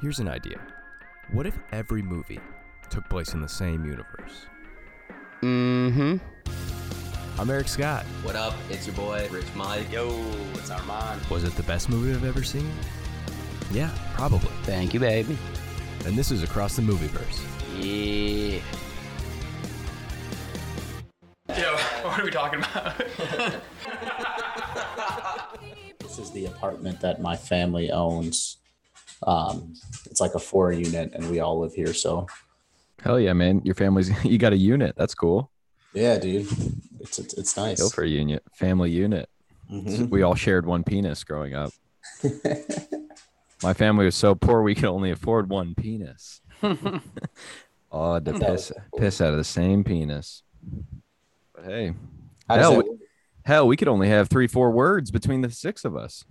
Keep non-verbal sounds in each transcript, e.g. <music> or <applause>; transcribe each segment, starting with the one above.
Here's an idea. What if every movie took place in the same universe? Mm hmm. I'm Eric Scott. What up? It's your boy, Rich Mike. Yo, it's Armand. Was it the best movie I've ever seen? Yeah, probably. Thank you, baby. And this is Across the Movieverse. Yeah. Yo, what are we talking about? This is the apartment that my family owns. Um, it's like a four unit, and we all live here. So, Hell yeah, man. Your family's <laughs> you got a unit. That's cool. yeah, dude, it's it's, it's nice. Go for a unit. Family unit. Mhm. We all shared one penis <laughs> growing up. My family was so poor we could only afford one <laughs> penis. Oh, I had to That piss was cool. piss out of the same penis. But hey, How does Hell, that we- work? hell, we could only have three, four words between the six of us.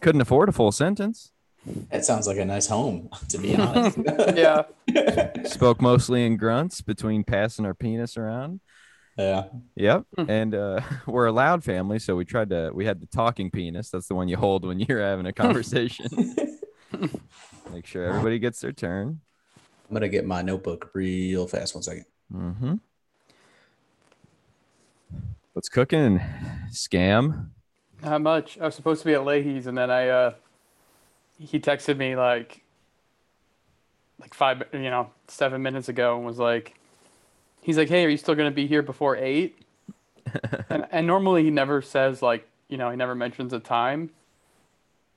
Couldn't afford a full sentence. that sounds like a nice home, <laughs> to be <laughs> honest. yeah. Spoke mostly in grunts between passing our penis around. yeah, Yep. And uh, <laughs> we're a loud family, so we tried to. We had the talking penis. That's the one you hold when you're having a conversation. Make sure everybody gets their turn. I'm gonna get my notebook real fast. One second. Mm-hmm. What's cooking? Scam. Not much. I was supposed to be at Leahy's, and then I, uh, he texted me like, like five, you know, seven minutes ago, and was like, he's like, hey, are you still gonna be here before eight? and and normally he never says like, you know, he never mentions a time.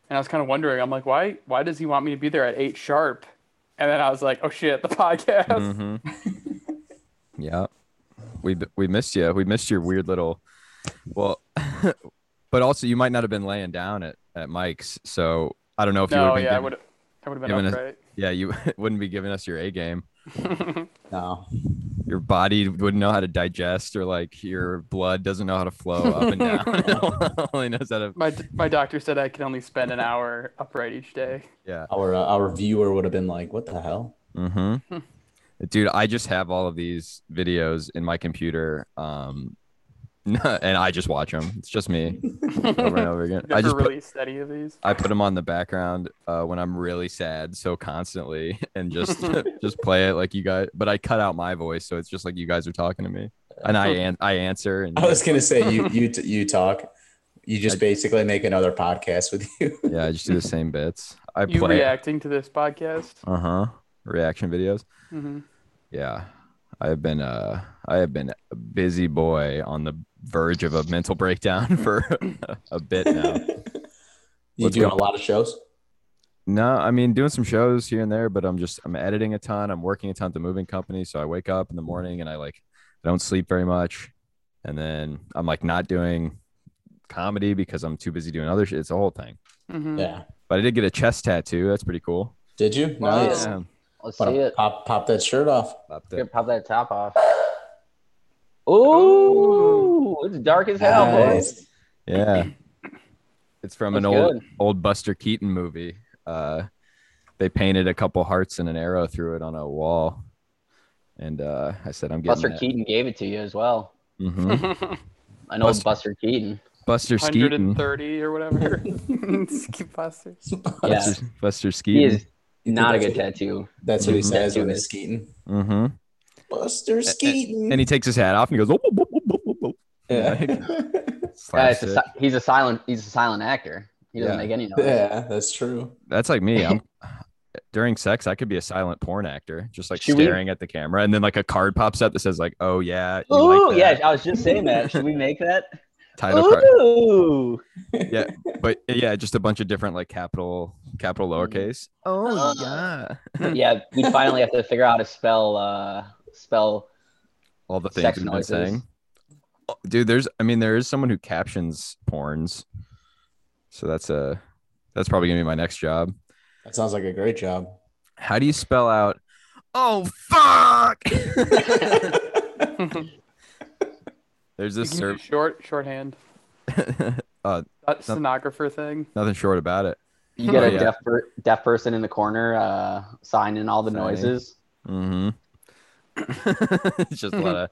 And I was kind of wondering, I'm like, why, why does he want me to be there at eight sharp? And then I was like, oh shit, the <laughs> podcast. Mm-hmm. yeah, we we missed you. We missed your weird little. Well, <laughs> but also you might not have been laying down at at Mike's, so I don't know if you No, would. yeah, I would, I would have been given a- upright. Yeah, you <laughs> wouldn't be giving us your A game. No, Your body wouldn't know how to digest, or like your blood doesn't know how to flow up <laughs> and down. <laughs> Only knows how to. My, d- my doctor said I can only spend an hour upright each day. Yeah. our uh, our viewer would have been like, "What the hell?" Mm-hmm. Hmm. Dude, I just have all of these videos in my computer, um, <laughs> and I just watch them. It's <laughs> just me over and over again. I Never just put- released any of these. I put them on the background uh, when I'm really sad, so constantly, <laughs> and just just play it like you guys. But I cut out my voice, so it's just like you guys are talking to me, and I an- I <laughs> answer. And I was gonna say you you t- you talk. You just basically make another podcast with <laughs> you. yeah, I just do the same bits. I You play. reacting to this podcast? Uh huh. Reaction videos. hmm Yeah, I've been uh I have been a busy boy on the verge of a mental breakdown <laughs> for a bit now. you Let's do go. a lot of shows. No, I mean doing some shows here and there, but I'm just I'm editing a ton. I'm working a ton at the moving company, so I wake up in Mm-hmm. the morning and I like don't sleep very much, and then I'm like not doing comedy because I'm too busy doing other shit. It's a whole thing. Mm. hmm <laughs> Yeah. But I did get a chest tattoo. That's pretty cool. Did you? Wow. Nice. Yeah, Let's see Wanna it. Pop pop that shirt off. popped Here, it. pop that top off. Ooh, it's dark as hell, boys. Nice. yeah. It's from an That's old good. old Buster Keaton movie. Uh, they painted a couple hearts and an arrow through it on a wall, and uh, I said, "I'm getting Buster Keaton gave it to you as well. Keaton." hmm I know Buster- Buster, Keaton. <laughs> Buster Skeeton. 130 or <laughs> whatever. <laughs> Skip Buster. <laughs> Yeah, Buster, Buster he Skeeton. is not a good Mm-hmm. tattoo. That's what he Mhm. says when Tattoo he's it. Keaton. hmm Buster Skeeton. And he takes his hat off and he goes, "Oh, boop, boop, boop, boop, boop." <laughs> <laughs> yeah. Yeah, Slaps Uh, it's a, it. si- he's a silent. He's a silent actor. He doesn't Yeah. make any noise. yeah, that's true. That's like me. <laughs> I'm during sex, I could be a silent porn actor, just like Should we- staring at the camera, and then like a card pops up that says like, "Oh yeah, you Ooh, like yeah. that." I was just saying that. Should we make that? Title card. Ooh. but yeah, just a bunch of different like capital, capital lowercase. Uh. Oh yeah, yeah, we finally have to figure out how to spell uh spell all the things Sex we've been noises. saying. Oh, Dude, there's, I mean, there is someone who captions porns, so that's a, that's probably gonna be my next job. That sounds like a great job. How do you spell out? Oh fuck! there's You this can do serv- short shorthand. <laughs> Uh, that stenographer thing. nothing short about it. you get Oh, a yeah. deaf per- deaf person in the corner uh signing all the Signing. noises. Mm-hmm. <laughs> it's just a lot of.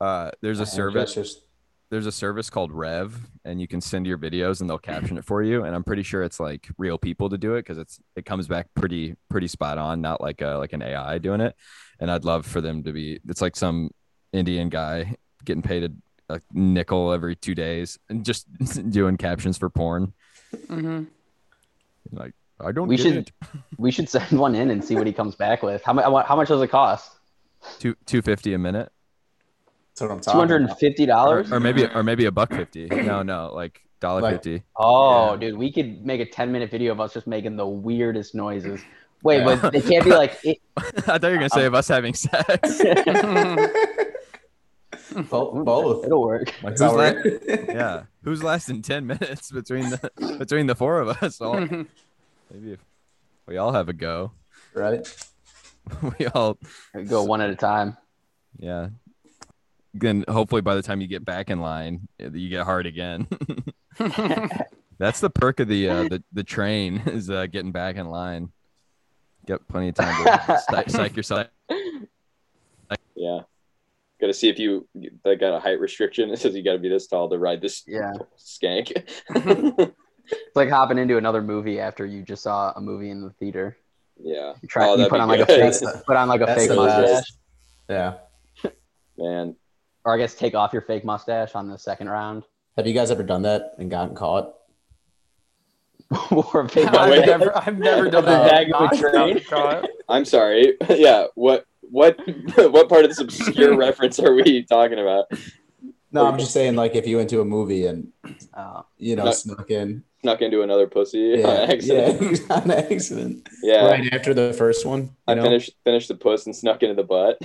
Uh, there's a Hand service. gestures. there's a service called Rev, and you can send your videos and they'll caption it for you. And I'm pretty sure it's like real people to do it because it's it comes back pretty pretty spot on, not like a like an AI doing it. And I'd love for them to be. It's like some Indian guy getting paid a, a nickel every two days and just <laughs> doing captions for porn. Mm-hmm. Like I don't. We get should- it. We should <laughs> send one in and see what he comes back with. How, mu- how much does it cost? two two fifty a minute, That's what I'm talking Two hundred and about. fifty or, dollars. or maybe or maybe a buck fifty. No, no, like dollar Like- fifty. <laughs> Oh, Yeah. dude, we could make a ten-minute video of us just making the weirdest noises. Wait, Yeah. but they can't be like. It, I thought you were gonna say of us having sex. Bo- both. It'll work. Like Who's that that? we're- yeah, who's lasting ten minutes between the between the four of us? All, maybe if we all have a go. <laughs> <laughs> right. We all, Go one at a time. yeah. Then hopefully by the time you get back in line, eh, you get hard again. That's the perk of the uh, the the train <laughs> is uh, getting back in line. Get plenty of time to <laughs> psych, psych yourself. Yeah. Got to see if you they got a height restriction. <laughs> It says you got to be this tall to ride this Yeah, skank. <laughs> it's like hopping into another movie after you just saw a movie in the theater. yeah. You try, Oh, you that'd put be on like a good. fake, That's the, put on like a That's fake the mustache, best. yeah. Man, or I guess take off your fake mustache on the second round. <laughs> Have you guys ever done that and gotten caught? or a fake I've wait. mustache. never, I've <laughs> never done The that. bag of a I've train. not caught. <laughs> I'm sorry. yeah. What what <laughs> what part of this obscure <laughs> reference are we talking about? No, I'm just saying, like, if you went to a movie and Oh. you know No. snuck <laughs> in, Snuck into another pussy yeah, <laughs> on accident. yeah, <laughs> on accident, Yeah. right after the first one, I you know? finished finished the puss and snuck into <laughs> the butt.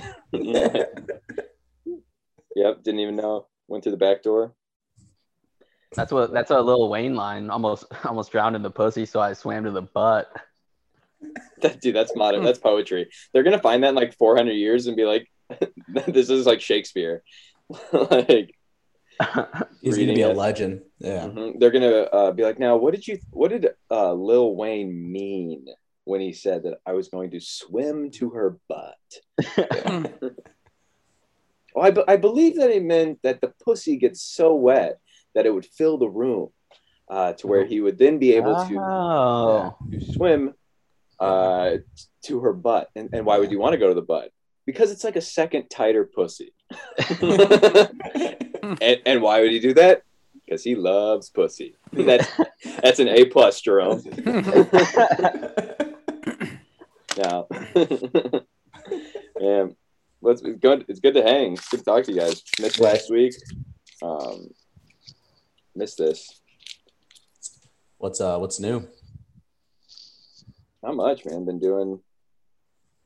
<laughs> yep. Didn't even know. Went through the back door. That's what that's a little Wayne line. Almost <laughs> almost drowned in the pussy, so I swam to the butt. That, dude, that's modern. That's poetry. They're gonna find that in like 400 years and be like, <laughs> "This is like Shakespeare." <laughs> like, He's gonna reading be a it. legend. Yeah, mhm. they're gonna uh, be like, "Now, what did you? What did uh, Lil Wayne mean when he said that I was going to swim to her butt?" oh, I, be- I believe that he meant that the pussy gets so wet that it would fill the room, uh, to where he would then be able to. oh. to swim uh, t- to her butt. And, and why would you want to go to the butt? Because it's like a second tighter pussy. and, and why would he do that? Because he loves pussy. That's that's an A plus, Jerome. <laughs> Now, yeah, well, it's it's good. It's good to hang. It's good to talk to you guys. Missed last week. Um, missed this. what's uh, what's new? Not much, man. Been doing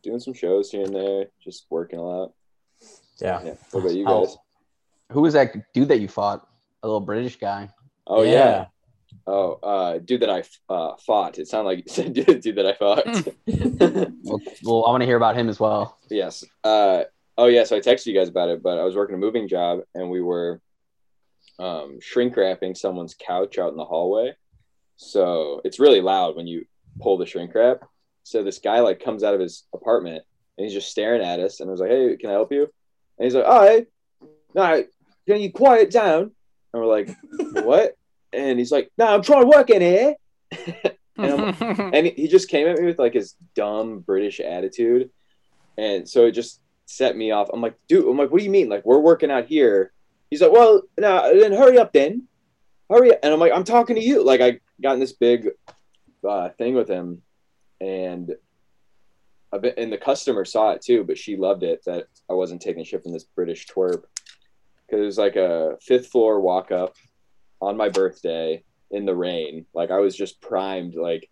doing some shows here and there. Just working a lot. Yeah, Yeah. What about you Oh. guys? Who was that dude that you fought? A little British guy. Oh yeah. Oh, uh, dude that I uh, fought. It sounded like you said <laughs> dude, dude that I fought. <laughs> Well, well I want to hear about him as well. yes. Uh, oh yeah. So I texted you guys about it, but I was working a moving job and we were um, shrink wrapping someone's couch out in the hallway. So it's really loud when you pull the shrink wrap. So this guy like comes out of his apartment and he's just staring at us. And I was like, "Hey, can I help you?" And he's like, "All right, all right, can you quiet down?" And we're like, "What?" And he's like, "No, I'm trying to work in here." and he- he just came at me with like his dumb British attitude, and so it just set me off. I'm like, dude, I'm like, what do you mean? Like, we're working out here. He's like, well, no, then hurry up, then hurry up. And I'm like, I'm talking to you. Like, I got in this big uh, thing with him, and a bit, and the customer saw it too, but she loved it that I wasn't taking shit from this British twerp because it was like a fifth floor walk up on my birthday in the rain. Like, I was just primed, like.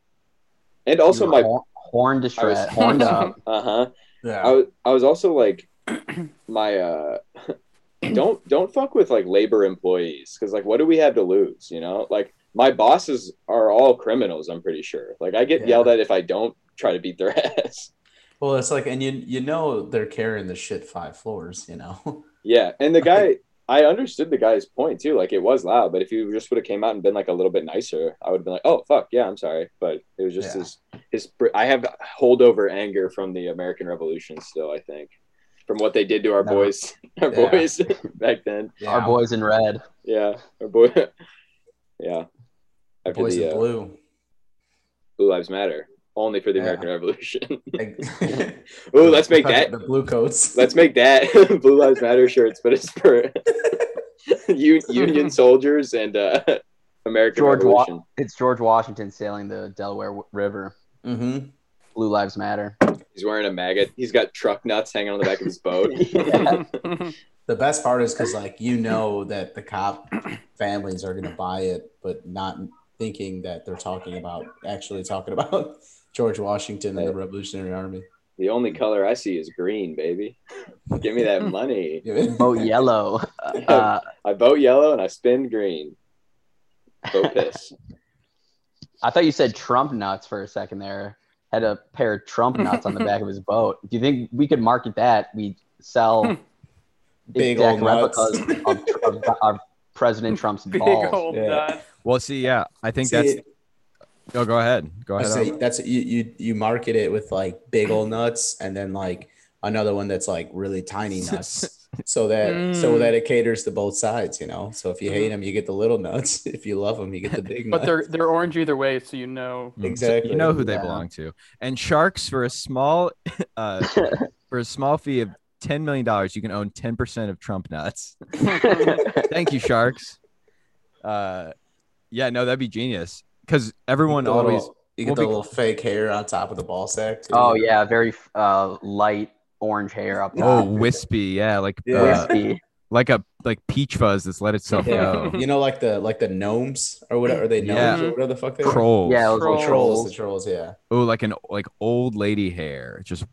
And also You my were hor- horn to I was shred. horned <laughs> up. uh huh. I yeah. was I was also like <clears throat> my uh <clears throat> don't don't fuck with like labor employees because like what do we have to lose you know like my bosses are all criminals I'm pretty sure like I get Yeah. yelled at if I don't try to beat their <laughs> ass Well, it's like, and you you know they're carrying the shit five floors, you know. <laughs> yeah <laughs> and the guy I understood the guy's point too like it was loud but if you just would have came out and been like a little bit nicer I would have been like oh fuck yeah I'm sorry but it was just Yeah. his his I have holdover anger from the American Revolution still I think from what they did to our No. boys, <laughs> our Yeah. boys back then. Our boys in red. Yeah, our <laughs> boy. yeah, after Boys the in uh, blue. <laughs> blue. Lives Matter, only for the Yeah. American <laughs> Revolution. Ooh, <laughs> Ooh, <laughs> let's make that. the blue coats. <laughs> Let's make that Blue Lives Matter shirts, but it's for <laughs> un- Union soldiers and uh, American George Wa- Revolution. It's George Washington sailing the Delaware w- River. Mm-hmm. Blue Lives <laughs> Matter. He's wearing a maggot. He's got truck nuts hanging on the back of his <laughs> boat. The best part is because like you know that the cop families are gonna buy it, but not thinking that they're talking about actually talking about <laughs> George Washington and the Revolutionary Army. <laughs> the only color I see is green, baby. Give me that money. Oh, yellow. Uh, I vote yellow and I spend green. Vote piss. I thought you said Trump nuts for a second there. Had a pair of Trump nuts on the back of his boat. Do you think we could market that? We <laughs> sell Big exact old nuts. replicas of, of, of President Trump's <laughs> <laughs> Big balls. old Yeah. nuts. Well, see, yeah, I think See, that's. Oh, go ahead. Go I ahead. say Al. that's you, you you market it with like big ol' nuts and then like another one that's like really tiny <laughs> nuts so that so Mm. that it caters to both sides you know so if you hate them you get the little nuts <laughs> if you love them you get the <laughs> big nuts But they're they're orange either way, so you know. Mm, so exactly. you know who they Yeah. belong to. And sharks for a small, <laughs> uh, <laughs> for a small fee of ten million dollars, you can own ten percent of Trump nuts. Thank you, <laughs> sharks. Uh, yeah, no, that'd be genius. Because everyone The <laughs> always little- you get well, the be- little fake hair on top of the ball sack too. Oh yeah, very uh, light orange hair up oh top. wispy, yeah, like Yeah. uh, Wispy. like a like peach fuzz that's let itself Yeah. <laughs> go. you know like the like the gnomes or whatever are they gnomes Yeah. or whatever the fuck they are? Trolls, Yeah, those Trolls. little The trolls the trolls yeah oh, like an like old lady hair, just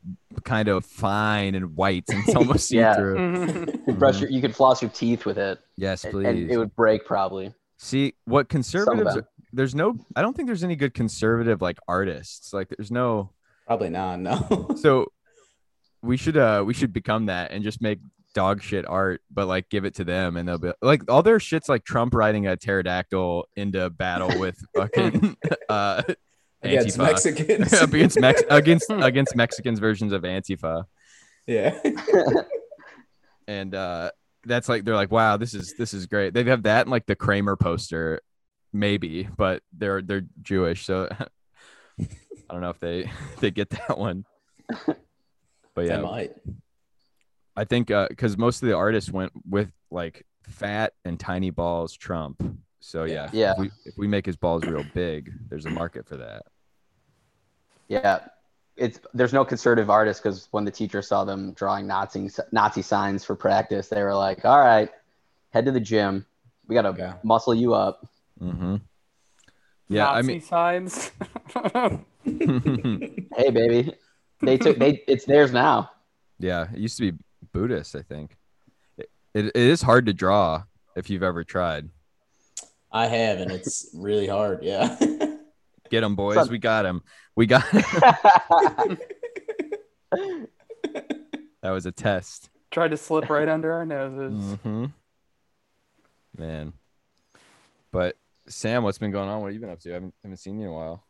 kind of fine and white and it's almost <laughs> see Yeah. through. Mm-hmm. You brush Mm-hmm. your, you could floss your teeth with it, Yes, and- please. and it would break probably. See what conservatives? them. are- There's no. I don't think there's any good conservative like artists. Like there's no. probably not no <laughs> So we should uh we should become that and just make dog shit art, but like give it to them and they'll be like all their shit's like Trump riding a pterodactyl into <laughs> battle with fucking uh against Antifa. <laughs> Mexicans against Mex against against Mexicans versions of Antifa. <laughs> yeah and uh that's like they're like wow this is this is great they have that and like the kramer poster maybe but they're they're jewish so <laughs> i don't know if they <laughs> they get that one but they yeah might i think uh because most of the artists went with like fat and tiny balls trump so yeah Yeah. if we, if we make his balls real big there's a market for that Yeah, it's there's no conservative artist because when the teacher saw them drawing Nazi Nazi signs for practice, they were like, "All right, head to the gym. We gotta Yeah. muscle you up." mm-hmm. yeah Nazi i mean signs. <laughs> <laughs> Hey, baby, they took they it's theirs now. <laughs> Yeah, it used to be Buddhist, I think. It, it, it is hard to draw if you've ever tried. I have and it's really hard yeah <laughs> Get them, boys. Son- We got him. We got <laughs> him. that was a test. Tried to slip right under our noses. hmm Man. But Sam, what's been going on? What have you been up to? I haven't, haven't seen you in a while.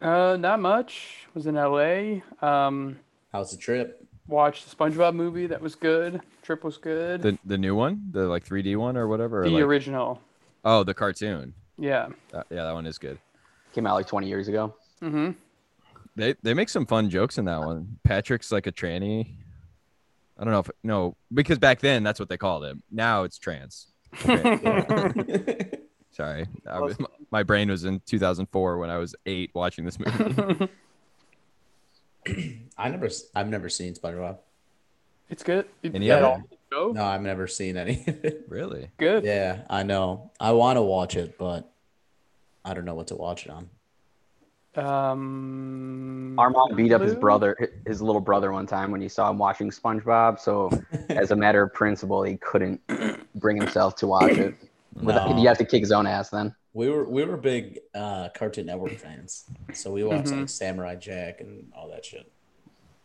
Uh, not much. Was in LA. Um, how's the trip watched the SpongeBob movie. That was good. Trip was good. The, The the new one, the like 3D one or whatever. or, like- original. oh, the cartoon. Yeah. That- yeah, that one is good. Came out like 20 years ago. Mm-hmm. They they make some fun jokes in that one. Patrick's like a tranny. I don't know if no because back then that's what they called him. Now it's trans. Okay. Sorry, I was, my, my brain was in 2004 when I was eight watching this movie. I never, s- I've never seen SpongeBob. It's good. It- Any that other? all? No? No, I've never seen any of it. really? Good. Yeah, I know. I want to watch it, but I don't know what to watch it on. Um, Our mom beat up his Lou? brother, his little brother, one time when he saw him watching SpongeBob. So, as a matter of principle, he couldn't bring himself to watch it. No. You have to kick his own ass then. We were we were big uh, Cartoon Network fans, so we watched Mhm. like Samurai Jack and all that shit.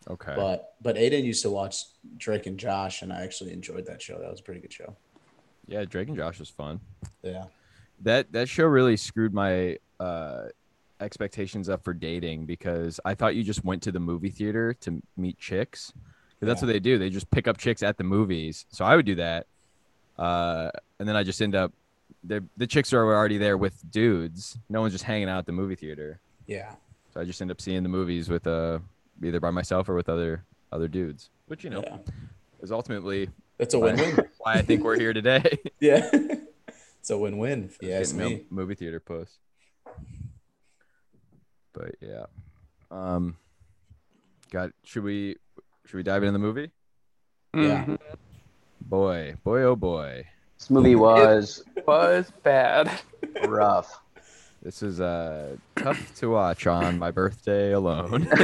Okay. But but Aiden used to watch Drake and Josh, and I actually enjoyed that show. That was a pretty good show. yeah, Drake and Josh was fun. Yeah, That that show really screwed my uh, expectations up for dating because I thought you just went to the movie theater to meet chicks, 'Cause that's what they do. They just pick up chicks at the movies. So I would do that, uh, and then I just end up. they're- The chicks are already there with dudes. No one's just hanging out at the movie theater. Yeah. So I just end up seeing the movies with uh either by myself or with other other dudes, which you know Yeah. is ultimately It's a Right. win-win. <laughs> why I think we're here today. <laughs> yeah. it's a win-win. If you ask Getting me. a movie theater puss. But yeah, um, got should we should we dive into the movie? Yeah. Mhm. Boy, boy, oh boy, This movie was was bad. <laughs> rough. this is uh tough to watch on my birthday alone. <laughs>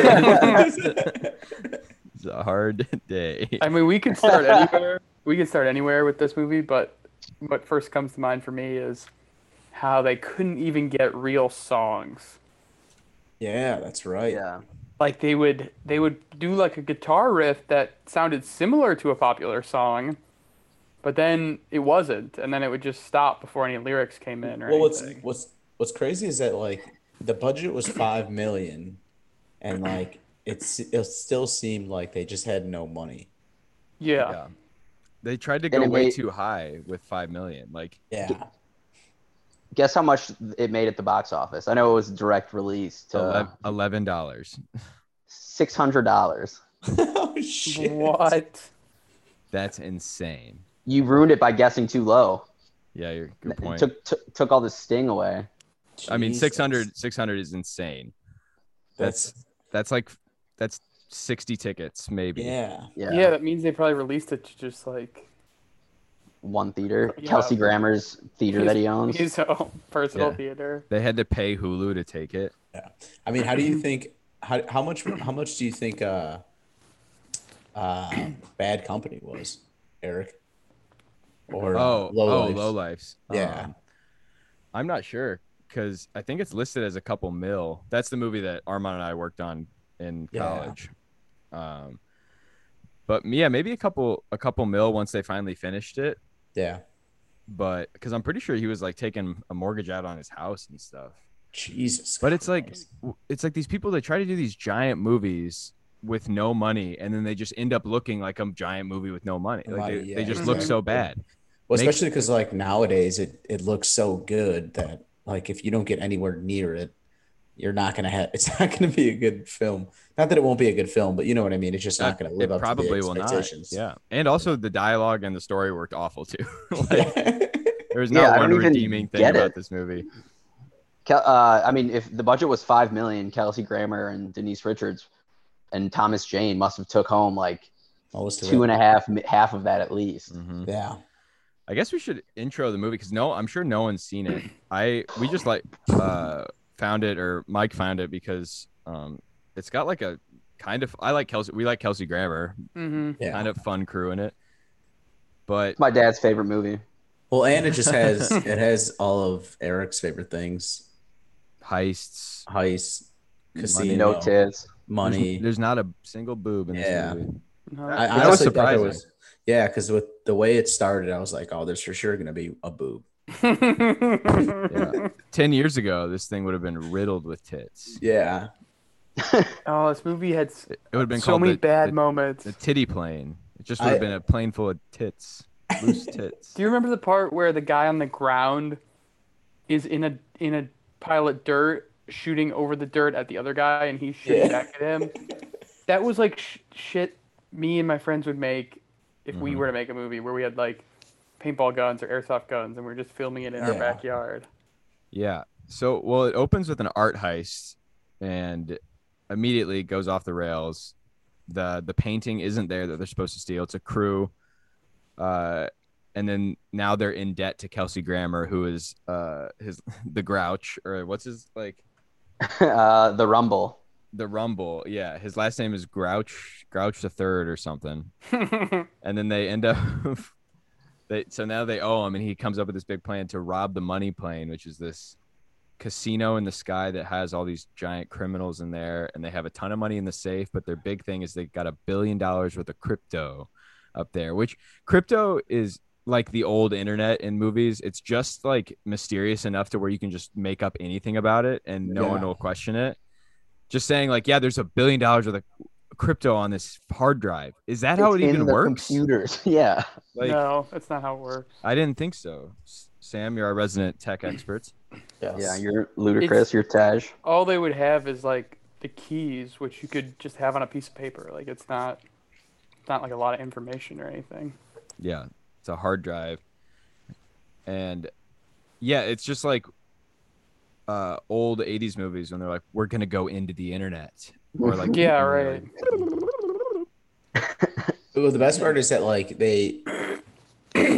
it's a hard day. I mean, we could start anywhere. We could start anywhere with this movie, but what first comes to mind for me is how they couldn't even get real songs. <laughs> yeah, that's right. Yeah. Like they would they would do like a guitar riff that sounded similar to a popular song, but then it wasn't, and then it would just stop before any lyrics came in or well, what's anything. what's what's crazy is that like the budget was five million, and like it's it still seemed like they just had no money. yeah. Yeah. They tried to And go it way made- too high with five million. Like Yeah, Guess how much it made at the box office? I know it was direct release to elev- eleven dollars. six hundred dollars. <laughs> oh shit. What? That's insane. You ruined it by guessing too low. Yeah, you're good point. Took, took took all the sting away. I mean, Jesus. 600, 600 is insane. That's That's like that's sixty tickets maybe. yeah. Yeah. Yeah. that means they probably released it to just like One theater, Yeah. Kelsey Grammer's theater that he owns. his own <laughs> personal Yeah. theater. They had to pay Hulu to take it. I mean, how do you think? How how much how much do you think? Uh, uh, bad company was Eric. Or Oh, uh, Low oh, Life? low lifes. Yeah. I'm not sure because I think it's listed as a couple mil. That's the movie that Armand and I worked on in Yeah. college. Um, but yeah, maybe a couple a couple mil once they finally finished it. yeah. But because I'm pretty sure he was like taking a mortgage out on his house and stuff. Jesus. But it's like Christ. w- it's like these people they try to do these giant movies with no money and then they just end up looking like a giant movie with no money. Like Money, they, yeah, they just look so bad. Well, Make- especially because like nowadays it it looks so good that like if you don't get anywhere near it, you're not gonna have. <laughs> It's not gonna be a good film. Not that it won't be a good film, but you know what I mean. It's just not gonna live it up probably to the will not. expectations. <laughs> Yeah. And also the dialogue and the story worked awful too. <laughs> like Yeah. there was Yeah, I not one don't even redeeming thing get about it. this movie. Kel- uh, I mean, if the budget was five million, Kelsey Grammer and Denise Richards and Thomas Jane must have took home like Most of two it. and a half, mi- half of that at least. Mhm. yeah. I guess we should intro the movie because no, I'm sure no one's seen it. I we just like uh found it or Mike found it because um it's got like a kind of I like Kelsey we like Kelsey Grammer, Mm-hmm. Yeah. kind of fun crew in it. But It's my dad's favorite movie. Well, and it just <laughs> has it has all of Eric's favorite things: heists, heist, casino, no money. tits. <laughs> There's, there's not a single boob in this Yeah. <laughs> movie. I That was honestly thought it surprising. was yeah, because with the way it started, I was like, oh, there's for sure gonna be a boob. Yeah. Ten years ago, this thing would have been riddled with tits. Yeah, <laughs> oh, this movie had s- It would have been so called many the, bad the, moments. the titty plane. It just would have I- been a plane full of tits, <laughs> loose tits. Do you remember the part where the guy on the ground is in a in a pile of dirt shooting over the dirt at the other guy and he's shooting Yeah. back at <laughs> him? That was like sh- shit me and my friends would make if we Mhm. were to make a movie where we had like paintball guns or airsoft guns and we are just filming it in our Yeah. backyard. <laughs> Yeah. So, well, it opens with an art heist and immediately goes off the rails. The the painting isn't there that they're supposed to steal. It's a crew. Uh and then now they're in debt to Kelsey Grammer, who is uh his <laughs> the grouch or what's his like uh, the Rumble. the rumble. Yeah, his last name is Grouch Grouch the third or something. And then they end up <laughs> they so now they owe him and he comes up with this big plan to rob the money plane, which is this casino in the sky that has all these giant criminals in there and they have a ton of money in the safe, but their big thing is they got a billion dollars worth of crypto up there, which crypto is like the old internet in movies. It's just like mysterious enough to where you can just make up anything about it and no Yeah. one will question it. Just saying like, yeah, there's a billion dollars worth of crypto on this hard drive. Is that It's how it in even the works? Computers, <laughs> yeah. Like no, that's not how it works. I didn't think so. S- Sam, you're our resident tech expert. Yes. Yeah, you're ludicrous. You're Tej. All they would have is like the keys, which you could just have on a piece of paper. Like it's not, it's not like a lot of information or anything. Yeah, it's a hard drive, and yeah, it's just like uh, old '80s movies when they're like, "We're gonna go into the internet," <laughs> or like, Yeah, and they're right. like, Well, the best part is that like they <clears throat>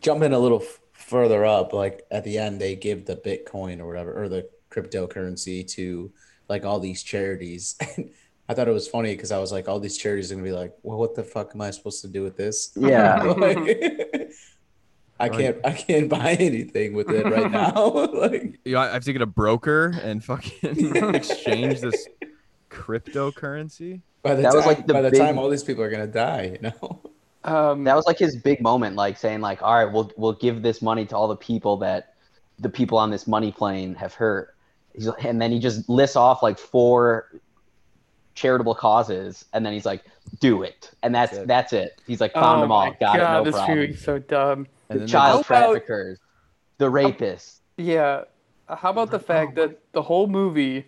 jump in a little f- further up. Like at the end, they give the Bitcoin or whatever or the cryptocurrency to like all these charities. <laughs> And I thought it was funny because I was like, all these charities are gonna be like, well, what the fuck am I supposed to do with this? Yeah. <laughs> Like, I Right. can't. I can't buy anything with <laughs> it right now. <laughs> like, "You know, I have to get a broker and fucking <laughs> exchange this <laughs> cryptocurrency. by the That time, was, like, the by the big- time all these people are gonna die, you know. Um, That was like his big moment, like saying, like, all right, we'll we'll give this money to all the people that the people on this money plane have hurt. He's, and then he just lists off like four charitable causes, and then he's like, do it, and that's That's it. that's it. He's like, oh found them my all, got God, it, no this problem. movie's so dumb. And The then they child How about- traffickers, the rapists. Yeah. How about the fact that the whole movie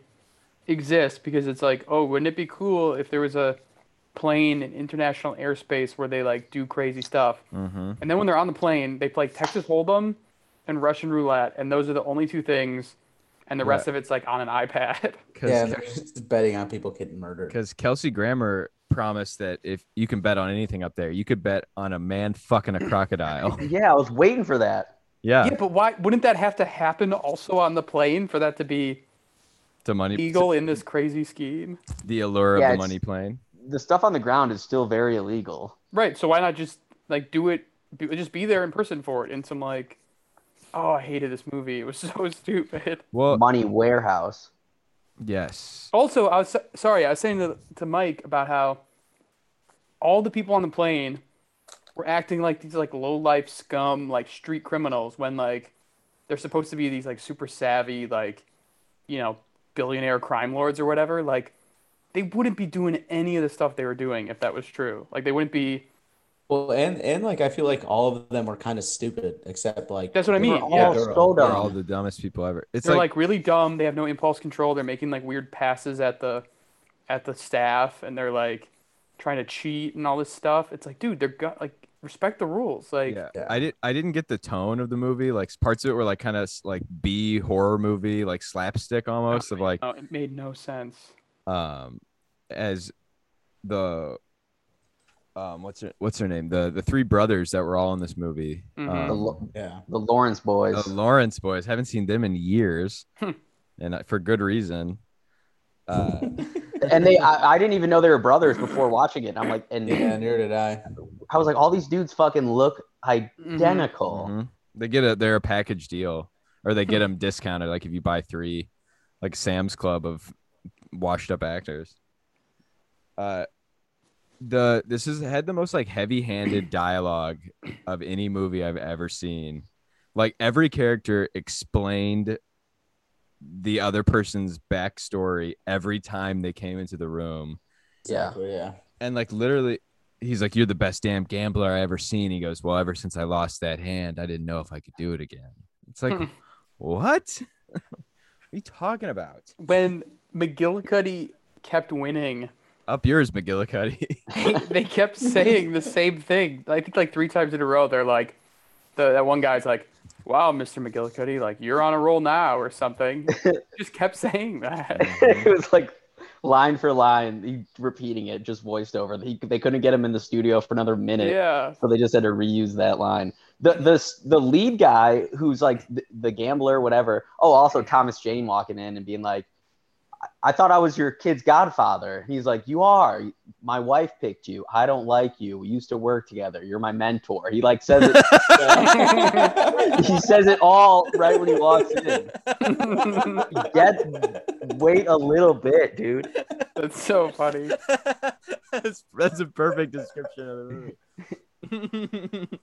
exists because it's like, oh, wouldn't it be cool if there was a plane in international airspace where they like do crazy stuff? Mm-hmm. Mhm. And then when they're on the plane, they play Texas Hold'em and Russian roulette, and those are the only two things. And the rest Yeah. of it's like on <laughs> an iPad. Yeah, and they're just betting on people getting murdered. Because Kelsey Grammer promised that if you can bet on anything up there, you could bet on a man fucking <laughs> a crocodile. Yeah, I was waiting for that. Yeah, yeah, but why wouldn't that have to happen also on the plane for that to be to money legal in this crazy scheme? the Yeah, allure of the it's- money plane. The stuff on the ground is still very illegal. Right. So why not just like do it? Be, just be there in person for it. And some like, oh, I hated this movie. It was <laughs> so stupid. Well, Money warehouse. yes, Also, I was sorry. I was saying to, to Mike about how all the people on the plane were acting like these like low life scum, like street criminals, when like they're supposed to be these like super savvy, like you know, billionaire crime lords or whatever. Like they wouldn't be doing any of the stuff they were doing if that was true. Like they wouldn't be. Well, and and like I feel like all of them were kind of stupid, except like That's what I they were mean. all Yeah, thorough. so they're dumb. all the dumbest people ever. It's they're like, like, really dumb. They have no impulse control. They're making like weird passes at the at the staff, and they're like trying to cheat and all this stuff. It's like, dude, they're go- like respect the rules. Like, yeah. Yeah. I did. I didn't get the tone of the movie. Like parts of it were like kind of like B horror movie, like slapstick almost of like oh, it made no sense. um as the um what's her what's her name the the three brothers that were all in this movie. Mhm. The, um, Lo- Yeah. the Lawrence boys. The Oh, Lawrence boys. Haven't seen them in years, Hmm. and I- for good reason. Uh, and they I, I didn't even know they were brothers before watching it. And I'm like, and Yeah, near did I. I was like, all these dudes fucking look Mm-hmm. Mm-hmm. identical. mhm. They get a they're a package deal, or they get them discounted. Like if you buy three, like Sam's Club of washed up actors. Uh, the this is had the most like heavy handed dialogue of any movie I've ever seen. Like every character explained the other person's backstory every time they came into the room. Yeah. Exactly, yeah. and like literally he's like you're the best damn gambler i ever seen he goes well ever since i lost that hand i didn't know if i could do it again it's like what <laughs> what are you talking about When McGillicuddy kept winning, up yours mcgillicuddy <laughs> they, they kept saying the same thing. I think like three times in a row. They're like, the, that one guy's like, "Wow, Mr. McGillicuddy, like you're on a roll now" or something. Just kept saying that. <laughs> it was like line for line, he, repeating it, just voiced over. He, they couldn't get him in the studio for another minute, Yeah. so they just had to reuse that line. The the the lead guy who's like the, the gambler, whatever. Oh, also Thomas Jane walking in and being like. "I- I thought I was your kid's godfather. He's like, You are. My wife picked you. I don't like you. We used to work together. You're my mentor. He like says it <laughs> he says it all right when he walks <laughs> in. <laughs> Get, wait a little bit, dude. That's so funny. that's, that's a perfect description of the movie <laughs>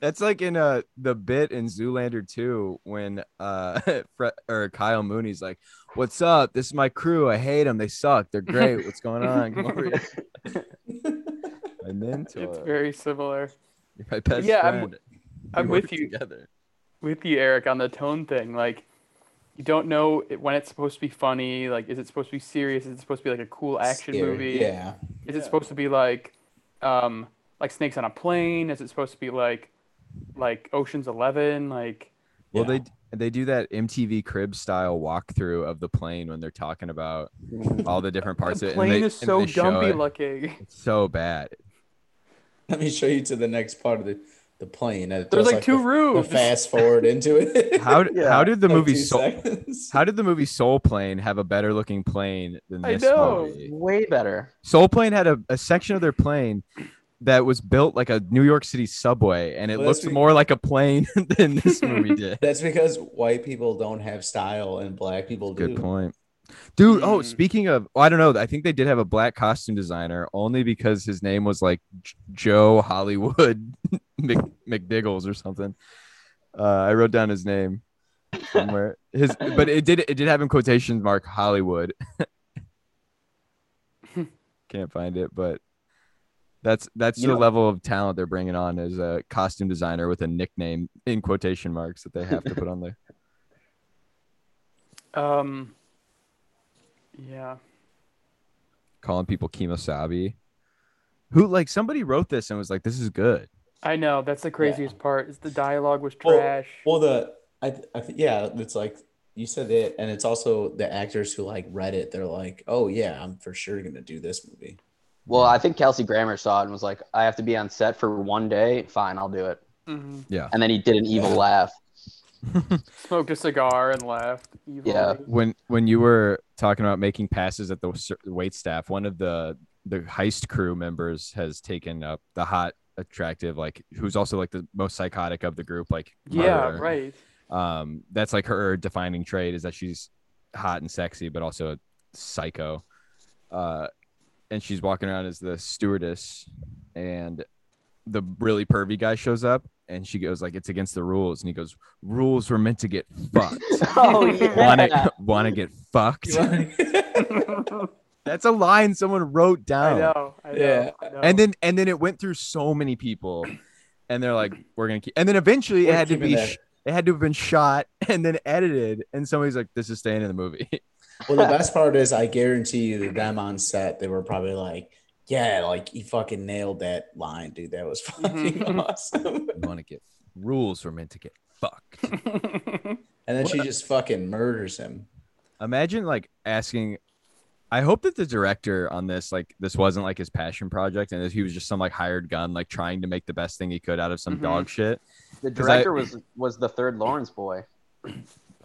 That's like in uh the bit in Zoolander 2 when uh <laughs> Fre- or Kyle Mooney's like, "What's up? This is my crew. I hate them. They suck. They're great. What's going on? Come over here." <laughs> My mentor. It's very similar. You're my best Yeah, I'm- friend. I'm uh, We work with you. Together. with you, Eric, on the tone thing. Like, you don't know it- when it's supposed to be funny. Like, is it supposed to be serious? Is it supposed to be like a cool action Scary. movie? Yeah. Is it supposed to be like, um, like Snakes on a Plane? Is it supposed to be like, like Ocean's Eleven? Like, Well, Yeah. they they do that MTV crib style walkthrough of the plane when they're talking about all the different parts Mm-hmm. the of it. plane and they, is and so they show dumpy it. looking. It's so bad. Let me show you to the next part of the, the plane. And it There's does, like two the- rooms. The fast forward into it. <laughs> How d- <laughs> Yeah. how did the Like movie two Soul seconds. How did the movie Soul Plane have a better looking plane than I this know. movie? Way better. Soul Plane had a, a section of their plane that was built like a New York City subway, and it Well, that's looked be- more like a plane <laughs> than <laughs> this movie did. That's because white people don't have style and black people do. Good point. Dude, oh, Mm. speaking of, I don't know. I think they did have a black costume designer only because his name was like J- Joe Hollywood <laughs> Mc, McDiggles or something. Uh, I wrote down his name somewhere. His, but it did it did have in quotation mark Hollywood. <laughs> Can't find it, but that's that's You the know- level of talent they're bringing on as a costume designer with a nickname in quotation marks that they have to put on there. Um, yeah. calling people kemosabe. Who like somebody wrote this and was like, "This is good." I know that's the craziest part. Is the dialogue was Well- trash. Well, the I, th- I th- yeah, it's like you said it, and it's also the actors who like read it. They're like, oh yeah, I'm for sure gonna do this movie. <laughs> Well, I think Kelsey Grammer saw it and was like, I have to be on set for one day. Fine, I'll do it. Mhm. And then he did an evil laugh. Smoked a cigar and left. Evil. Yeah. When when you were talking about making passes at the ser- wait staff, one of the the heist crew members has taken up the hot, attractive, like who's also like the most psychotic of the group, like Yeah. murderer. Right. Um, that's like her defining trait is that she's hot and sexy, but also a psycho. Uh, and she's walking around as the stewardess, and the really pervy guy shows up, and she goes like, "It's against the rules," and he goes, "Rules were meant to get fucked. Oh, wanna wanna get fucked." That's a line someone wrote I down. know. I know. Yeah. I know. Oh. And then and then it went through so many people, and they're like, "We're gonna keep." And then eventually it We're had to keeping be that. sh- it had to have been shot <laughs> and then edited, and somebody's like, "This is staying in the movie." <laughs> Well, the best part is, I guarantee you, that them on set, they were probably like, yeah, like he fucking nailed that line, dude. That was fucking <laughs> Mhm. awesome. you want to get rules were meant to get fucked. And then she just fucking murders him. <laughs> Imagine like asking. I hope that the director on this, like, this wasn't like his passion project, and that he was just some like hired gun, like trying to make the best thing he could out of some Mhm. dog shit. The 'Cause I- director was was the third Lawrence boy.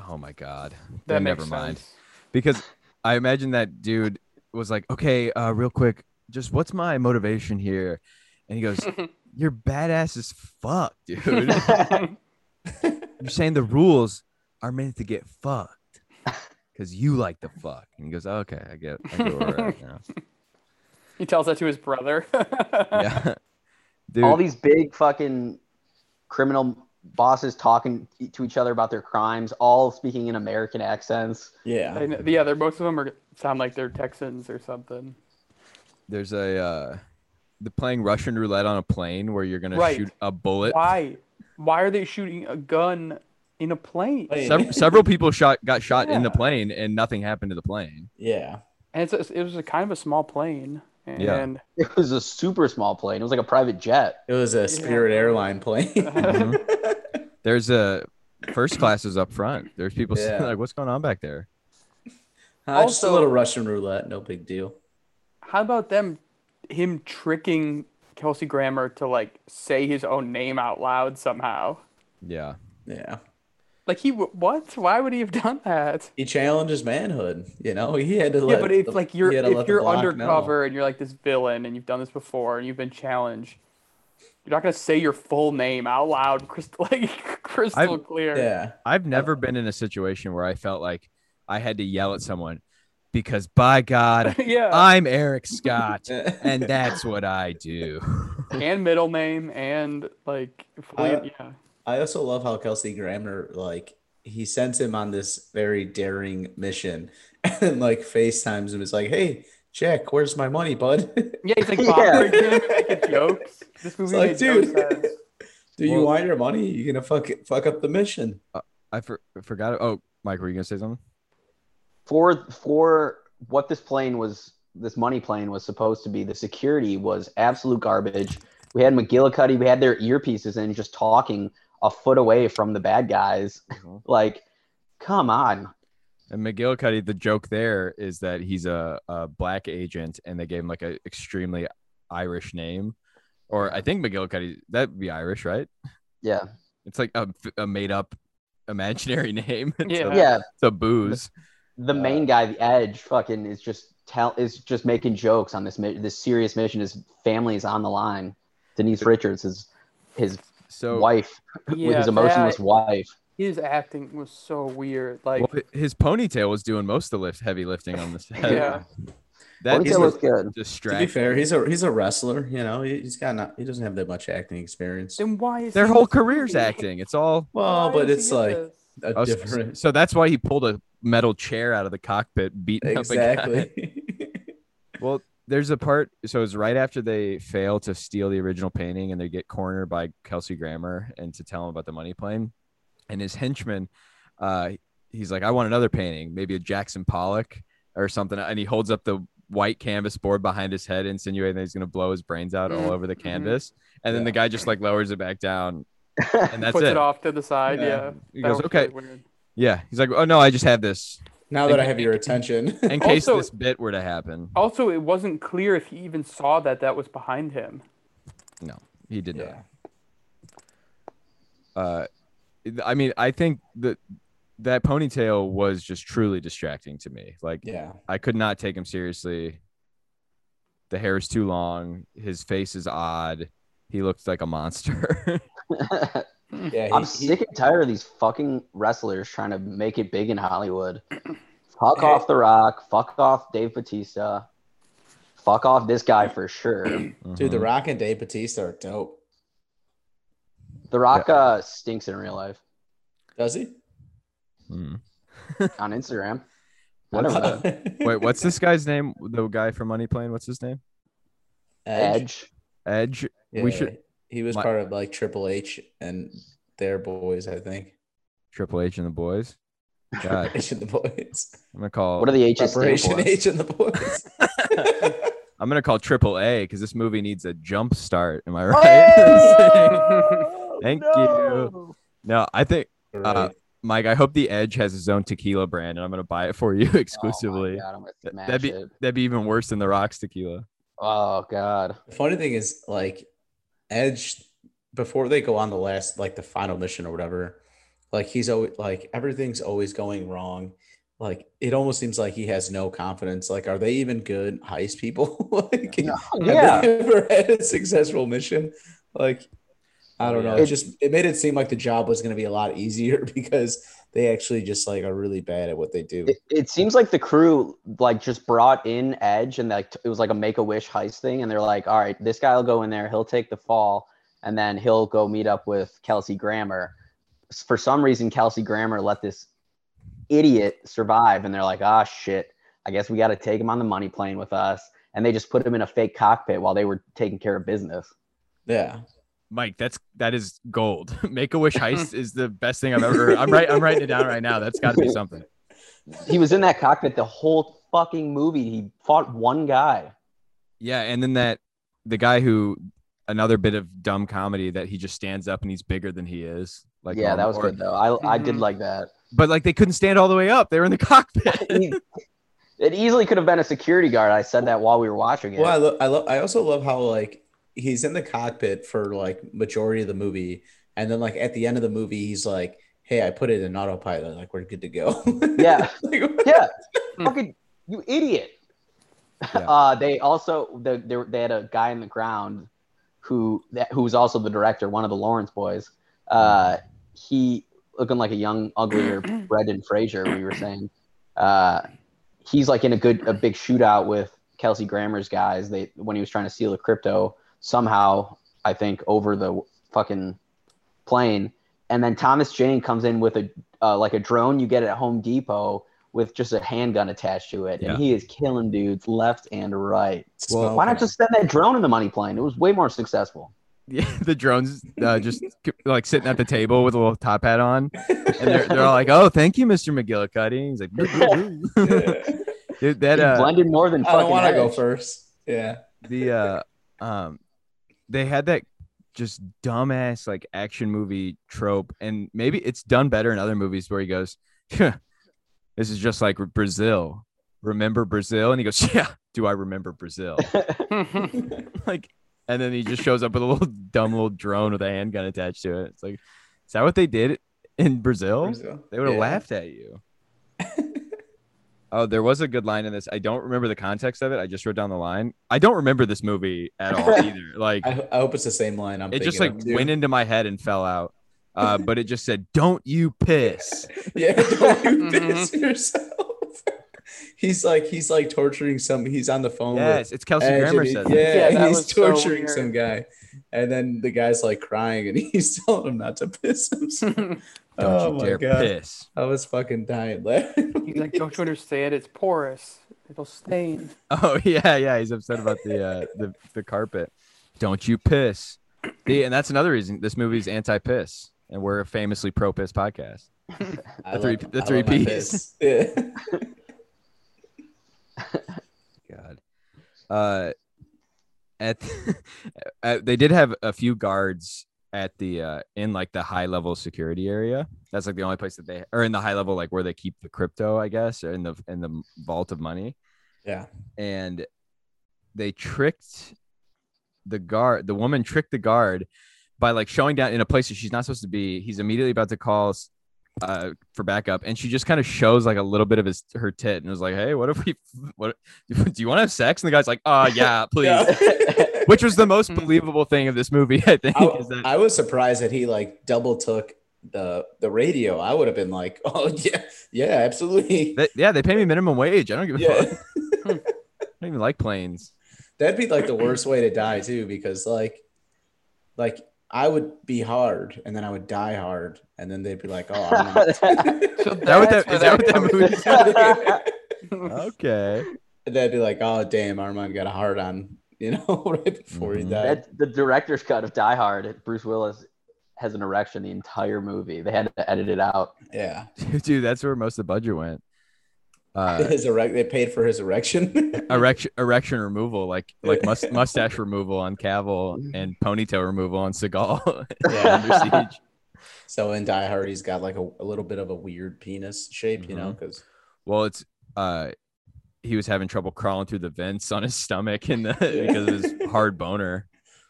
Oh my god, that Then makes never mind. sense. Because I imagine that dude was like, okay, uh, real quick, just what's my motivation here? And <laughs> he goes, "You're badass as fuck, dude. <laughs> You're saying the rules are meant to get fucked because you like the fuck." And he goes, "Oh, "Okay, I get, I get where we're <laughs> at now." He tells that to his brother. <laughs> yeah. <laughs> Dude, All these big fucking criminal bosses talking to each other about their crimes, all speaking in American accents. Yeah. I know- yeah, they're, most of them are sound like they're Texans or something. there's a uh the playing Russian roulette on a plane where you're gonna Right. shoot a bullet. Why? Why are they shooting a gun in a plane? Plane. Sev- several people shot got shot in the Yeah. plane and nothing happened to the plane. Yeah. And it's a, it was a kind of a small plane. And Yeah. It was a super small plane. It was like a private jet. It was a Spirit Airline plane. <laughs> Mhm. There's a first class is up front. There's people sitting Yeah. <laughs> like, what's going on back there? Uh, just a Also- little Russian roulette, no big deal. how about them, him tricking Kelsey Grammer to like say his own name out loud somehow? Yeah. Yeah. Like he w- what? Why would he have done that? He challenges manhood, you know. He had to let yeah, but if the- like you're he had to let if the you're block know. undercover and you're like this villain and you've done this before and you've been challenged, you're not gonna say your full name out loud, <laughs> crystal like crystal clear. <laughs> Yeah. I've never been in a situation where I felt like I had to yell at someone, because by God, <laughs> yeah. I'm Eric Scott, and and that's what I do. and middle name and like fully, Uh, yeah. I also love how Kelsey Grammer like he sends him on this very daring mission <laughs> and like FaceTimes him. It's like, hey, Jack, where's my money, bud? <laughs> <laughs> Yeah, he's like Yeah. bothering him, making jokes. This It's movie like, made dude, no <laughs> sense. do you Well- want your money? You're gonna fuck it, fuck up the mission. I for- forgot. Oh, Mike, were you gonna say something? for for what this plane was this money plane was supposed to be the security was absolute garbage we had mcgillicuddy we had their earpieces in just talking a foot away from the bad guys Mm-hmm. <laughs> like come on And McGillicuddy, the joke there is that he's a, a black agent, and they gave him like an extremely Irish name, or I think McGillicuddy that'd be Irish, right? yeah It's like a, a made up imaginary <laughs> name. It's Yeah. a, yeah it's a booze. the main guy the edge fucking is just tell is just making jokes on this mi- this serious mission his family is on the line denise richards his his So wife yeah, with his emotionless that- wife his acting was so weird. Like, well, his ponytail was doing most of the lift, heavy lifting on this. yeah, <laughs> that Ponytail was good To be distract. fair, he's a he's a wrestler. You know, He- he's got not he doesn't have that much acting experience. then why is Their he in <laughs> whole this career's movie? acting. It's all Well, Why but is it's he in like this? a Oh, so- <laughs> different So that's why he pulled a metal chair out of the cockpit, beating up a guy. exactly. Well, there's a part. So it's right after they fail to steal the original painting, and they get cornered by Kelsey Grammer and to tell him about the money plane, and his henchman. Uh, he's like, "I want another painting, maybe a Jackson Pollock or something," and he holds up the white canvas board behind his head, insinuating that he's going to blow his brains out Mhm, all over the mhm. canvas, and then Yeah. the guy just like lowers it back down, and <laughs> that's puts it. it. off to the side. Yeah. Yeah, He That goes, was "Okay, really weird. yeah." He's like, "Oh no, I just have this <laughs> now that I <laughs> have your attention, in case Also- this bit were to happen." Also, it wasn't clear if he even saw that that was behind him. He did <laughs> not. yeah, uh i mean i think that that ponytail was just truly distracting to me like yeah. i could not take him seriously the hair is too long his face is odd he looks like a monster <laughs> Hmm. Yeah, I'm he- he- sick and tired of these fucking wrestlers trying to make it big in Hollywood. fuck Hey. off The Rock. Fuck off Dave Batista. Fuck off this guy for sure. dude, The Mhm. Rock and Dave Batista are dope. the Rock uh, stinks in real life Does he? Mhm. on Instagram. I What's don't know. <laughs> wait what's this guy's name the guy from money plane what's his name Edge. edge we should- He was My- part of like Triple H and their boys, I think. <laughs> triple h and the boys god H and the boys. i'm gonna call What are the H's stand Operation for? H and the boys. <laughs> i'm gonna call triple a because this movie needs a jump start am i right <laughs> <laughs> Thank you. no i think <laughs> Uh, Right. Mike, I hope the Edge has his own tequila brand, and I'm gonna buy it for you <laughs> exclusively. Oh, my God, I'm gonna Th- smash that'd be it. that'd be even worse than the Rock's tequila. Oh God. the funny thing is, like, Edge, before they go on the last, like, the final mission or whatever, like, he's always, like, everything's always going wrong. Like, it almost seems like he has no confidence. Like, are they even good heist people? <laughs> like, Have Yeah. they ever had a successful mission? Like, I don't know. It It- just it made it seem like the job was going to be a lot easier <laughs> because they actually just like are really bad at what they do. It, it seems like the crew like just brought in Edge and like t- it was like a make a wish heist thing, and they're like, all right, this guy will go in there, he'll take the fall, and then he'll go meet up with Kelsey Grammer. S- For some reason, Kelsey Grammer let this idiot survive, and they're like, ah, shit, I guess we got to take him on the money plane with us, and they just put him in a fake cockpit while they were taking care of business. Yeah, Mike, that's that is gold. <laughs> <laughs> Make a Wish heist is the best thing I've ever. I'm right. I'm writing it down right now. That's got to be something. He was in that cockpit the whole fucking movie. He fought one guy. Yeah, and then that the guy who another bit of dumb comedy that he just stands up and he's bigger than he is. Like yeah, um, that was or- good though. I I did Mhm. like that. But like they couldn't stand all the way up. They were in the <laughs> cockpit. <laughs> it easily could have been a security guard. I said that while we were watching it. Well, I love. I love. I also love how like he's in the cockpit for like majority of the movie, and then like at the end of the movie, he's like, "Hey, I put it in autopilot. Like we're good to go." <laughs> Yeah. Like, yeah, Hmm. fucking you idiot. Yeah. <laughs> Uh, they also the, they, they had a guy in the ground who that who was also the director, one of the Lawrence boys. Uh, he looking like a young, uglier Brendan Fraser. We were saying. Uh, he's like in a good a big shootout with Kelsey Grammer's guys. They when he was trying to steal the crypto somehow, I think over the fucking plane. And then Thomas Jane comes in with a uh, like a drone you get at Home Depot with just a handgun attached to it, Yeah. and he is killing dudes left and right. Smoking Why not it. <laughs> just <laughs> send that drone in the money plane? It was way more successful. Yeah, the drones uh, just like sitting at the table with a little top hat on, and they're, they're all like, "Oh, thank you, Mr. McGillicuddy." He's like, "Boo, boo, boo." Dude, "That He uh, blended more than I don't fucking. want to go Edge. first. Yeah. the uh um they had that just dumbass like action movie trope and maybe it's done better in other movies where he goes "Huh, this is just like brazil remember brazil and he goes yeah do i remember brazil <laughs> <laughs> like and then he just shows up with a little <laughs> dumb little drone with a handgun attached to it it's like is that what they did in brazil Brazil. they would have Yeah. laughed at you. oh, there was a good line in this. I don't remember the context of it. I just wrote down the line. I don't remember this movie at <laughs> all either. Like I, ho- I hope it's the same line. I'm it just thinking like of, too. went into my head and fell out. Uh, but it just said, "Don't you <laughs> piss." Yeah, don't do this yourself. <laughs> he's like he's like torturing some. He's on the phone. yes, it's Kelsey with Edge Grammer and he- says. Yeah, Yeah. Yeah, and that he's was so torturing some guy, and then the guy's like crying, and <laughs> he's telling him not to piss himself. he's Don't oh you my dare god, piss. I was fucking dying laughing. <laughs> like, don't you understand? It's porous. It'll <laughs> stain. Oh yeah, yeah. He's upset about the uh, the the carpet. Don't you piss. The, and that's another reason this movie's anti-piss, and we're a famously pro-piss podcast. I <laughs> The three- love- the I love three my Ps. piss. <laughs> Yeah. God. Uh, at <laughs> uh, they did have a few guards at the uh, in like the high level security area. That's like the only place that they or in the high level like where they keep the crypto, I guess, or in the in the vault of money. Yeah. And they tricked the guard. The woman tricked the guard by like showing down in a place that she's not supposed to be. He's immediately about to call uh, for backup, and she just kind of shows like a little bit of his her tit and was like, "Hey, what if we? <laughs> What do you want to have sex?" And the guy's like, <laughs> "Uh, yeah, please." Yeah. Which was the most believable thing of this movie, I think. I, is that, I was surprised that he like double took the the radio. I would have been like, <laughs> oh yeah, yeah, absolutely. that- yeah, they pay me minimum wage. I don't give a fuck. Hmm. Yeah, <laughs> I don't even like planes. that'd be like the worst way to die too, because like, like I would be hard, and then I would die hard, and then they'd be like, oh, <laughs> I'm So not. That what that's that, where is that what that comes- movie? <laughs> and okay. <laughs> <laughs> they'd be like, oh damn, Armand got a hard on, you know, <laughs> right before Mhm. he died. That's the director's cut of Die Hard. Bruce Willis has an erection the entire movie. They had to edit it out. yeah, Dude, that's where most of the budget went. Uh, his erect. They paid for his <laughs> erection. erection erection removal, like like must, mustache removal on Cavill and ponytail removal on Seagal. <laughs> yeah. Under Siege. So in Die Hard, he's got like a, a little bit of a weird penis shape, you Mm-hmm. know, because Well, it's uh he was having trouble crawling through the vents on his stomach and the, Yeah. because of his hard boner.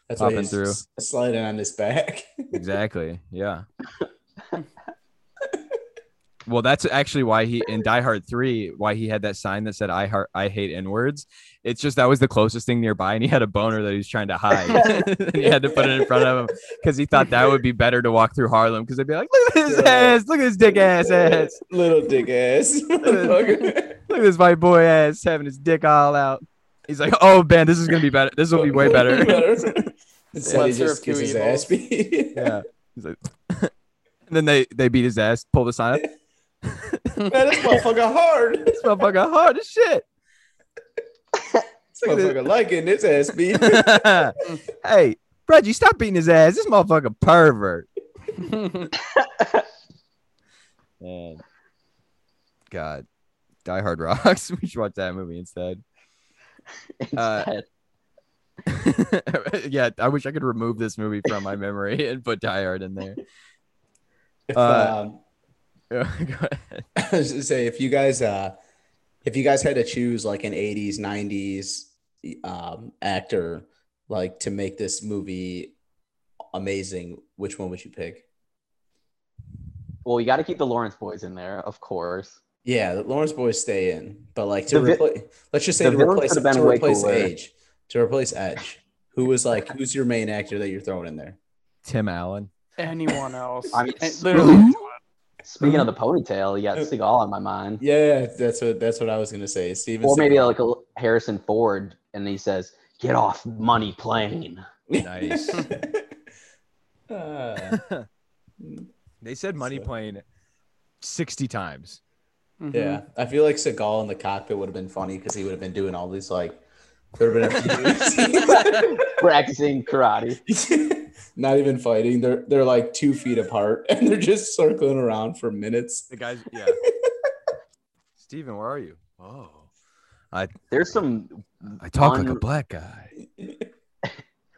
that's why Popping he's through. s- sliding on his back. Exactly. Yeah. well, that's actually why he in Die Hard 3, why he had that sign that said I heart I hate N-words. It's just that was the closest thing nearby, and he had a boner that he was trying to hide. <laughs> and he had to put it in front of him because he thought that would be better to walk through Harlem because they'd be like, Look at his ass, look at his <laughs> dick ass ass. <laughs> little dick <laughs> ass. motherfucker. Look at this white boy ass having his dick all out. He's like, oh man, this is gonna be better. This will be <laughs> way better. Instead, he Lesser of just two gets his evils. ass beat. <laughs> yeah. He's like, <laughs> and then they they beat his ass, pull the sign up. Man, this motherfucker hard. This motherfucker hard as shit. This motherfucker liking this ass beat. <laughs> hey, Reggie, stop beating his ass. This motherfucker pervert. Man. God, Die Hard rocks. <laughs> we should watch that movie instead. Uh, Instead, <laughs> yeah, I wish I could remove this movie from my memory <laughs> and put Die Hard in there. If, Uh, um, <laughs> <laughs> Go ahead. Uh, I was gonna say if you guys uh if you guys had to choose like an 80s 90s um actor like to make this movie amazing which one would you pick well, you got to keep the Lawrence boys in there, of course. yeah the Lawrence boys stay in but like to The vi- replace let's just say the to villain replace could've been to way replace cooler. Edge to replace Edge who was like who's your main actor that you're throwing in there Tim Allen. Anyone else? I mean, And literally, Who? Speaking of Mm-hmm. the ponytail, you got Seagal on my mind. Uh, Yeah, that's what that's what I was gonna say. Steven Or maybe Seagal. like a Harrison Ford, and he says, "Get off money plane." <laughs> <laughs> Nice. Uh, they said money So- plane 60 times. Mhm. yeah, I feel like Seagal in the cockpit would have been funny because he would have been doing all these like. There would have been a Practicing karate. few. <laughs> <laughs> Not even fighting. They're they're like two feet apart and they're just circling around for minutes. The guys, <laughs> yeah. Steven, where are you? Oh, There's some. I talk like Un- a black guy.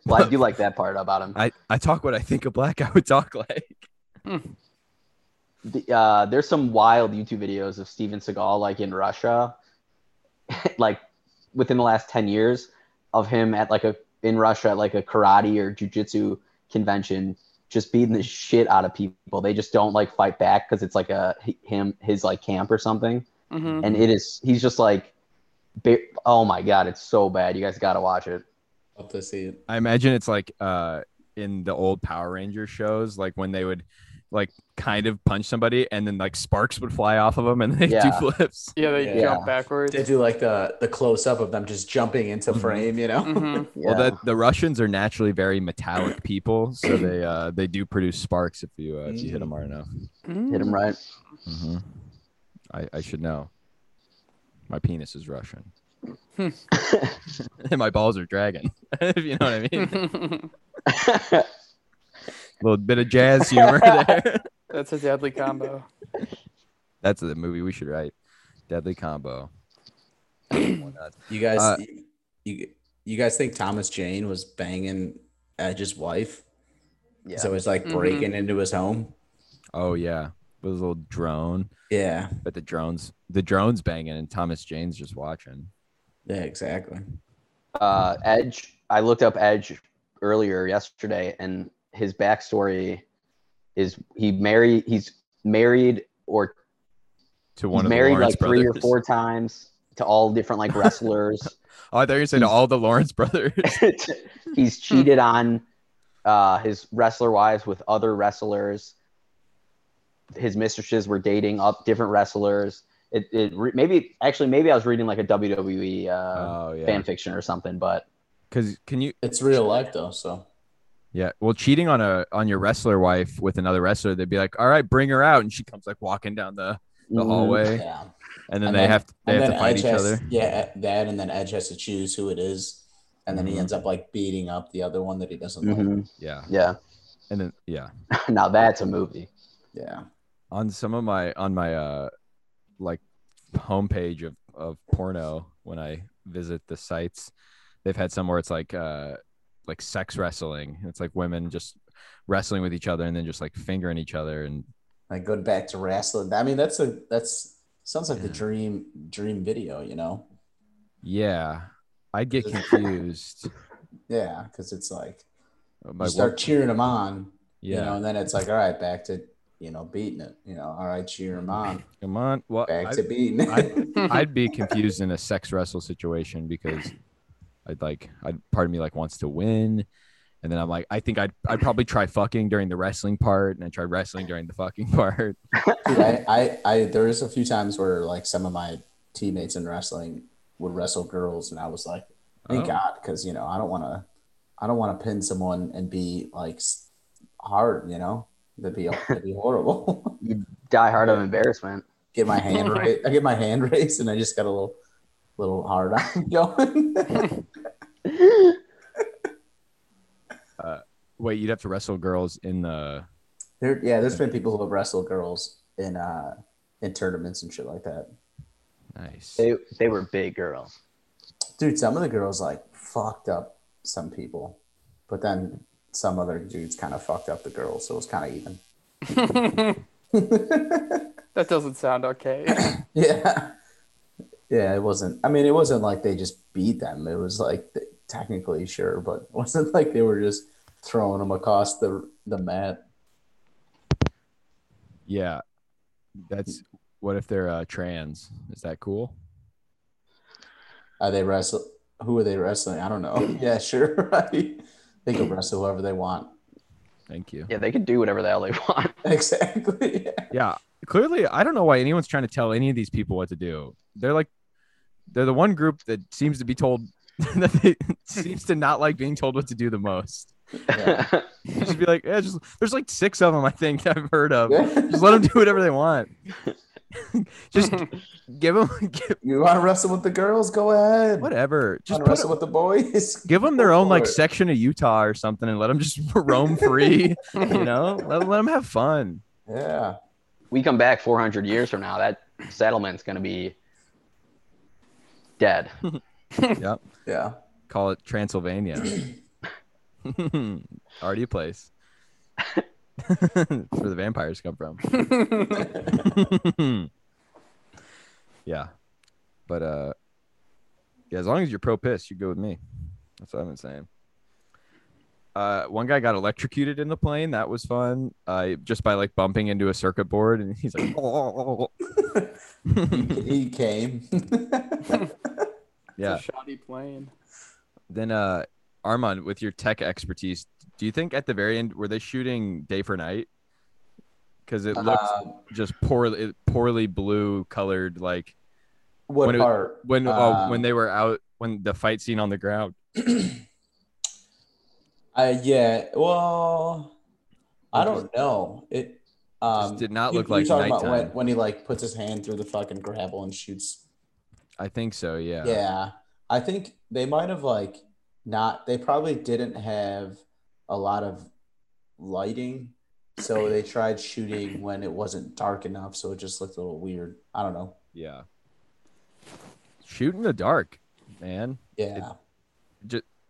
Well, I do like that part about him. I, I talk what I think a black <laughs> guy would talk like. the, uh, there's some wild YouTube videos of Steven Seagal like in Russia, <laughs> like within the last ten years of him at like a in Russia at like a karate or jujitsu convention, just beating the shit out of people. They just don't like fight back because it's like a him his like camp or something, Mhm. and it is he's just like, ba- oh my god, it's so bad. You guys got to watch it. Up to see it. I imagine it's like uh in the old Power Ranger shows, like when they would like kind of punch somebody and then like sparks would fly off of them and <laughs> they do Yeah. flips. Yeah, they Yeah. jump backwards. They do like the the close up of them just jumping into Mhm. frame, you know. Mhm. Yeah. Well, that the Russians are naturally very metallic people, so they uh they do produce sparks if you uh, if you hit them hard Mm. enough. Mm-hmm. Hit him right. hmm I I should know. My penis is Russian. Hmm. <laughs> and my balls are dragon. <laughs> if you know what I mean. Hmm. little bit of jazz humor there. <laughs> That's a deadly combo. That's the movie we should write. Deadly combo. Why not? <laughs> You guys, Uh, you you guys think Thomas Jane was banging Edge's wife? yeah. Mm-hmm. So he's like Mhm. breaking into his home. Oh yeah, with his little drone. Yeah, But the drones, the drones banging, and Thomas Jane's just watching. yeah, exactly. uh, Edge. I looked up Edge earlier yesterday, and his backstory is he married. He's married or To he's one of married the Lawrence like three or brothers. four times to all different like <laughs> wrestlers. <laughs> Oh, I thought you were saying to all the Lawrence brothers. <laughs> he's cheated on uh, his wrestler wives with other wrestlers. His mistresses were dating up different wrestlers. It, it re- maybe actually maybe I was reading like a WWE uh, oh yeah, fan fiction or something, but because can you? It's real life though, so Yeah, well, cheating on a on your wrestler wife with another wrestler, they'd be like, "All right, bring her out," and she comes like walking down the, the Mhm. <laughs> hallway, yeah. and then And they then- have to, they and have then to fight Edge each has, other. Yeah, E, that and then Edge has to choose who it is, and then he Mhm. ends up like beating up the other one that he doesn't Mm-hmm. like. Mhm. Yeah, Yeah, and then yeah, <laughs> now that's a movie. Yeah, on some of my on my uh like homepage of of porno when I visit the sites, they've had some where it's like uh like sex wrestling. It's like women just wrestling with each other and then just like fingering each other and like going back to wrestling. I mean, that's a that's sounds like the Yeah. dream dream video, you know? yeah, <laughs> I get confused. Yeah, because it's like I'm you like, start what- cheering him on, you know, yeah, and then it's like, all right, back to you know beating it, you know, all right, cheer him on, come on. Well, back I- to beating. I- it. <laughs> I'd be confused in a sex wrestle situation because I'd like, I'd part of me like wants to win, and then I'm like, I think I'd I'd probably try fucking during the wrestling part, and I try wrestling during the fucking <laughs> part. Dude, I, I, I, there was a few times where like some of my teammates in wrestling would wrestle girls, and I was like, thank Oh. God, because you know I don't want to, I don't want to pin someone and be like s- hard, you know, that'd be that'd be horrible. <laughs> Die Hard of Embarrassment. get my hand right, I get my hand raised, and I just got a little, little hard on <laughs> going. Wait, you'd have to wrestle girls in the there, yeah, there's been people who have wrestled girls in uh in tournaments and shit like that. nice. They they were big girls. dude some of the girls like fucked up some people but then some other dudes kind of fucked up the girls so it was kind of even <laughs> that doesn't sound okay. yeah yeah it wasn't i mean it wasn't like they just beat them it was like th- technically sure but it <laughs> wasn't like they were just throwing them across the the mat Yeah, that's what if they're uh, trans? Is that cool? are they wrestle who are they wrestling i don't know <laughs> yeah sure right they can wrestle whoever they want <laughs> Thank you. <laughs> Yeah, they could do whatever the hell they want. exactly <laughs> Yeah, clearly, I don't know why anyone's trying to tell any of these people what to do. They're like, they're the one group that seems to be told <laughs> that they seems to not like being told what to do the most. Yeah. Just be like, yeah, just there's like six of them I think that I've heard of. <laughs> Just let them do whatever they want. <laughs> just give them <laughs> give, <laughs> you want to wrestle with the girls? Go ahead. whatever. Just want to put wrestle with the boys? give them their Go own for like it. section of Utah or something and let them just <laughs> roam free, you know? Let, let them have fun. Yeah. we come back 400 years from now, that settlement's going to be <laughs> dead. Yeah. Call it Transylvania. Already a place. That's where the vampires come from. yeah. But uh yeah, as long as you're pro piss, you go with me. That's what I've been saying. Uh, one guy got electrocuted in the plane. That was fun. Uh, just by like bumping into a circuit board, and he's like, <laughs> he <laughs> came. "Yeah." It's a shoddy plane. Then, uh, Armand, with your tech expertise, do you think at the very end were they shooting day for night? Because it looked Um, just poorly, it poorly blue colored. Like what When it- part? when oh, when Um, they were out, when the fight scene on the ground. Uh, yeah. Well, I It just- don't know. It um, Just did not look you, like you talking about when, nighttime. when he like puts his hand through the fucking gravel and shoots. I think so. Yeah. Yeah. I think they might have like not. They probably didn't have a lot of lighting, so they tried shooting when it wasn't dark enough, so it just looked a little weird. I don't know. Yeah. Shoot in the dark, man. Yeah.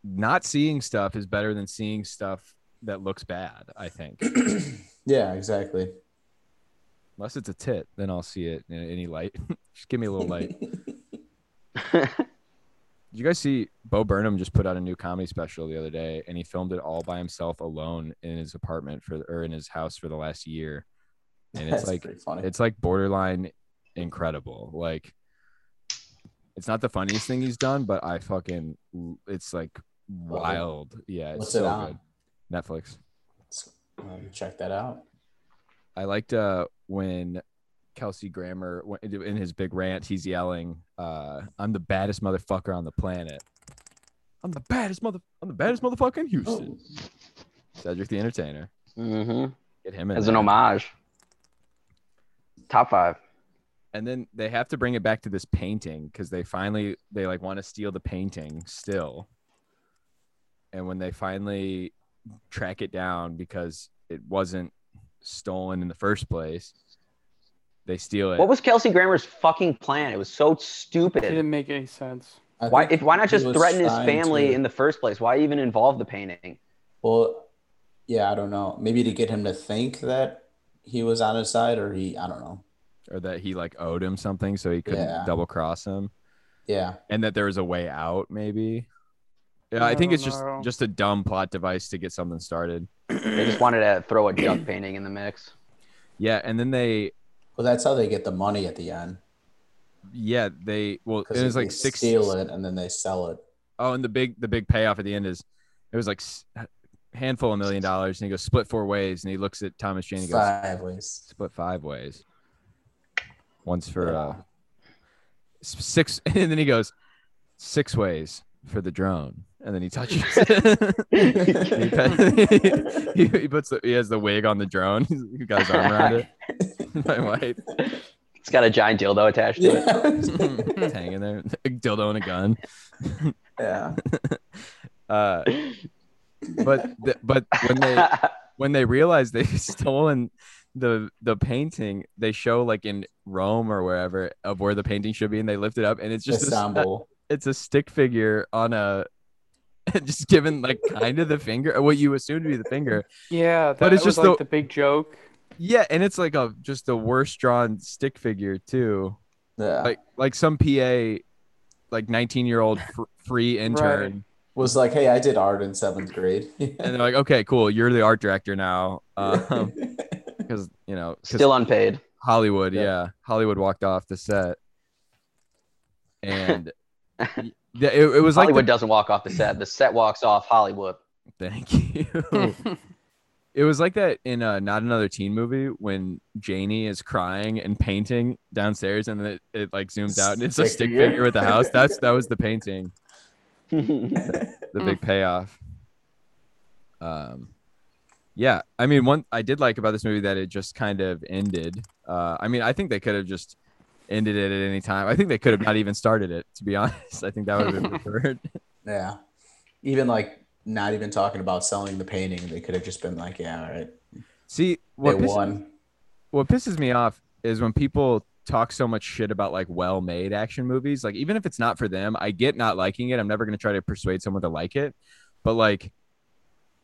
Not seeing stuff is better than seeing stuff that looks bad. I think. yeah. Exactly. Unless it's a tit, then I'll see it in any light. <laughs> just give me a little light. <laughs> Did you guys see Bo Burnham just put out a new comedy special the other day and he filmed it all by himself alone in his apartment for or in his house for the last year. And it's That's like pretty funny. it's like borderline incredible. Like it's not the funniest thing he's done, but I fucking it's like wild. Yeah, it's What's so it on? good. Netflix. Um, check that out. I liked uh when Kelsey Grammer when- in his big rant, he's yelling, uh, "I'm the baddest motherfucker on the planet. I'm the baddest mother. I'm the baddest motherfucker in Houston." Oh. Cedric the Entertainer. hmm Get him in As an there. homage. Top five. and then they have to bring it back to this painting because they finally they like want to steal the painting still and when they finally track it down because it wasn't stolen in the first place they steal it What was Kelsey Grammer's fucking plan? It was so It stupid. didn't make any sense. I Why, think if, why he not just was threaten his trying family to- in the first place? Why even involve the painting? Well, yeah, I don't know. Maybe to get him to think that he was on his side, or he, I don't know. or that he like owed him something so he couldn't Yeah. double cross him Yeah, and that there was a way out maybe yeah I i think don't it's just know. just a dumb plot device to get something started They just wanted to throw a <clears throat> junk painting in the mix. yeah and then they well, that's how they get the money at the end yeah they well because it was they like six steal it and then they sell it. oh and the big the big payoff at the end is it was like s- handful of million dollars and he goes split four ways and he looks at thomas jane and goes Five <laughs> ways. split five ways. Once for uh, s- six, <laughs> and then he goes six ways for the drone, and then he touches. <laughs> it. <laughs> he, he puts the, he has the wig on the drone. <laughs> He got his arm around it. <laughs> My wife It's got a giant dildo attached to it. Yeah. <laughs> <laughs> it's hanging there, a dildo and a gun. yeah. Uh, but th- but when they when they <laughs> realize they've stolen the the painting, they show like in Rome or wherever of where the painting should be, and they lift it up, and it's just a, s- Istanbul. it's a stick figure on a <laughs> just given like kind of the finger or what you assume to be the finger Yeah, that But it's was just like the- the big joke. yeah and it's like a just the worst drawn stick figure too yeah. like like some pa like 19 year old fr- free intern Right. was like, hey, I did art in seventh grade. <laughs> and they're like okay cool you're the art director now um because you know 'cause <laughs> Still unpaid. hollywood Yeah. yeah hollywood walked off the set and y- yeah, it, it was like the Hollywood doesn't walk off the set. The set walks off Hollywood. Thank you. It was like that in uh, not another teen movie when Janie is crying and painting downstairs, and it, it like zooms out and it's a Stick stick figure. figure with the house. That's that was the painting, the Mm. big payoff. Um, yeah, I mean, one I did like about this movie that it just kind of ended. Uh, I mean, I think they could have just ended it at any time. I think they could have not even started it. To be honest, I think that would have been preferred. <laughs> Yeah. Even like not even talking about selling the painting, they could have just been like, yeah, all right. See, what they pisses won. what pisses me off is when people talk so much shit about like well-made action movies like even if it's not for them i get not liking it i'm never going to try to persuade someone to like it but like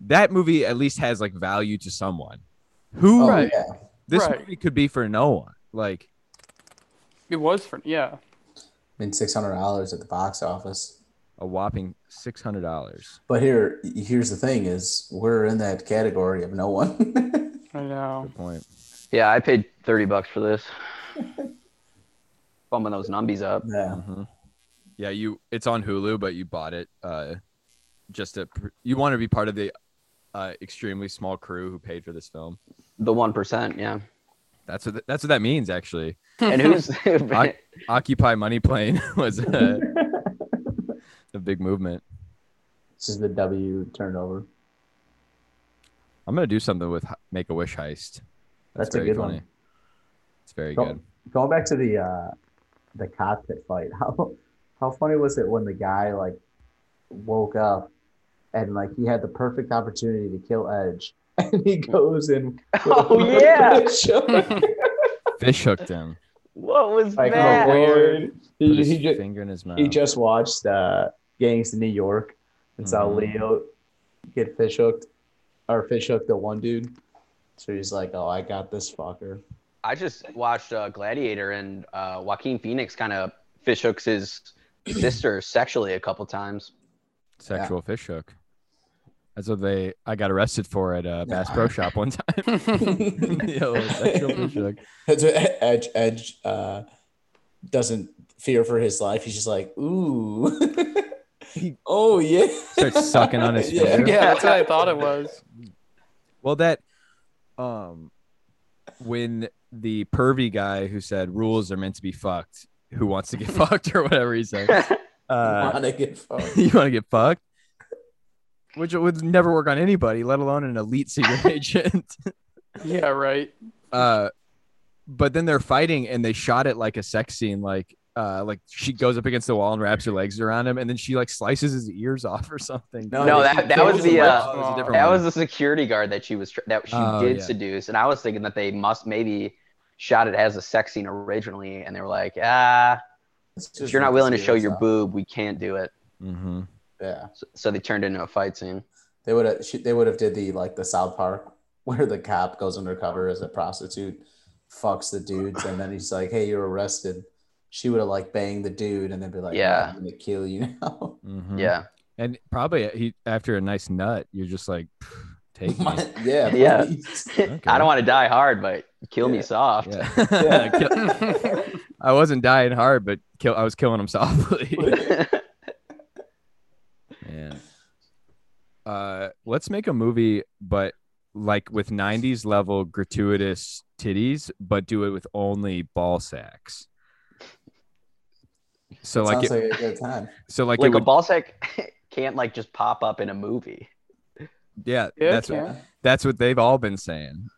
that movie at least has like value to someone who Oh, Right. yeah. this right. movie could be for no one like It was for yeah. I mean, six hundred dollars at the box office. a whopping $600 But here, here's the thing: is we're in that category of no one. <laughs> I know. good point yeah, I paid thirty bucks for <laughs> this. Bumming those numbies up. yeah. yeah you it's on hulu but you bought it uh just to pr- you want to be part of the uh extremely small crew who paid for this film The one percent, <laughs> yeah. that's what th- that's what that means actually And who's I- Occupy Money Plane <laughs> <laughs> was a, a big movement. This is the W turnover. I'm gonna do something with Make a Wish heist. That's, That's a very good funny. one. Oh. It's very Go- good. Going back to the uh, the cockpit fight, <laughs> how how funny was it when the guy like woke up and like he had the perfect opportunity to kill Edge, <laughs> and he goes in. with a <laughs> Oh, yeah. shotgun. Fish hooked him. what was like that? the Lord. Put <laughs> He, his he, just, finger in his mouth. he just watched uh, Gangs in New York and saw Mhm. Leo get fish hooked or fish hooked the one dude. So he's like, "Oh, I got this <laughs> fucker." <laughs> <laughs> I just watched uh, Gladiator, and uh, Joaquin Phoenix kind of fish hooks his sister sexually a couple times. Sexual fish hook. That's what they. I got arrested for at uh, Bass Yeah. <laughs> Pro Shop one time. <laughs> Yeah, a little sexual fish <laughs> hook. That's what E-, Edge Edge uh, doesn't fear for his life. He's just like, "Ooh, <laughs> oh yeah." Starts sucking on his <laughs> Yeah. <laughs> finger. Yeah, that's what I thought it was. Well, that um, when the pervy guy who said rules are meant to be fucked, who wants to get <laughs> fucked or whatever <laughs> he said. Uh, Wanna get fucked. <laughs> you want to get fucked, which would never work on anybody, let alone an elite secret agent. Yeah, right. Uh, but then they're fighting and they shot it like a sex scene, like uh, like she goes up against the wall and wraps her legs around him, and then she like slices his ears off or something. No, no, they- that, that they was just the went- uh, it was a different that one. was the security guard that she was tr- that she Oh, did yeah. seduce, and I was thinking that they must maybe shot it as a sex scene originally, and they were like, ah, It's if just you're not willing to ridiculous show your stuff. boob, we can't do it. hmm Yeah, So, so they turned it into a fight scene. they would have. They would have did the like the South Park <laughs> where the cop goes undercover as a prostitute, fucks the dudes, and then he's like, "Hey, you're arrested." She would have like banged the dude, and then be like, Yeah. "I'm gonna kill you now." <laughs> hmm Yeah, and probably he after a nice nut, you're just like, take me. <laughs> yeah, Yeah. please. <laughs> I don't want to die hard, but kill Yeah. me soft. <laughs> <laughs> Yeah. Yeah. Kill- I wasn't dying hard, but kill- I was killing <laughs> him softly. Man. Uh, let's make a movie, but like with 90s level gratuitous titties, but do it with only ball sacks. So like, Sounds it, like a good time. so like, like it a would, ball sack <laughs> can't like just pop up in a <laughs> movie. yeah, Yeah, that's okay. that's what they've all been saying.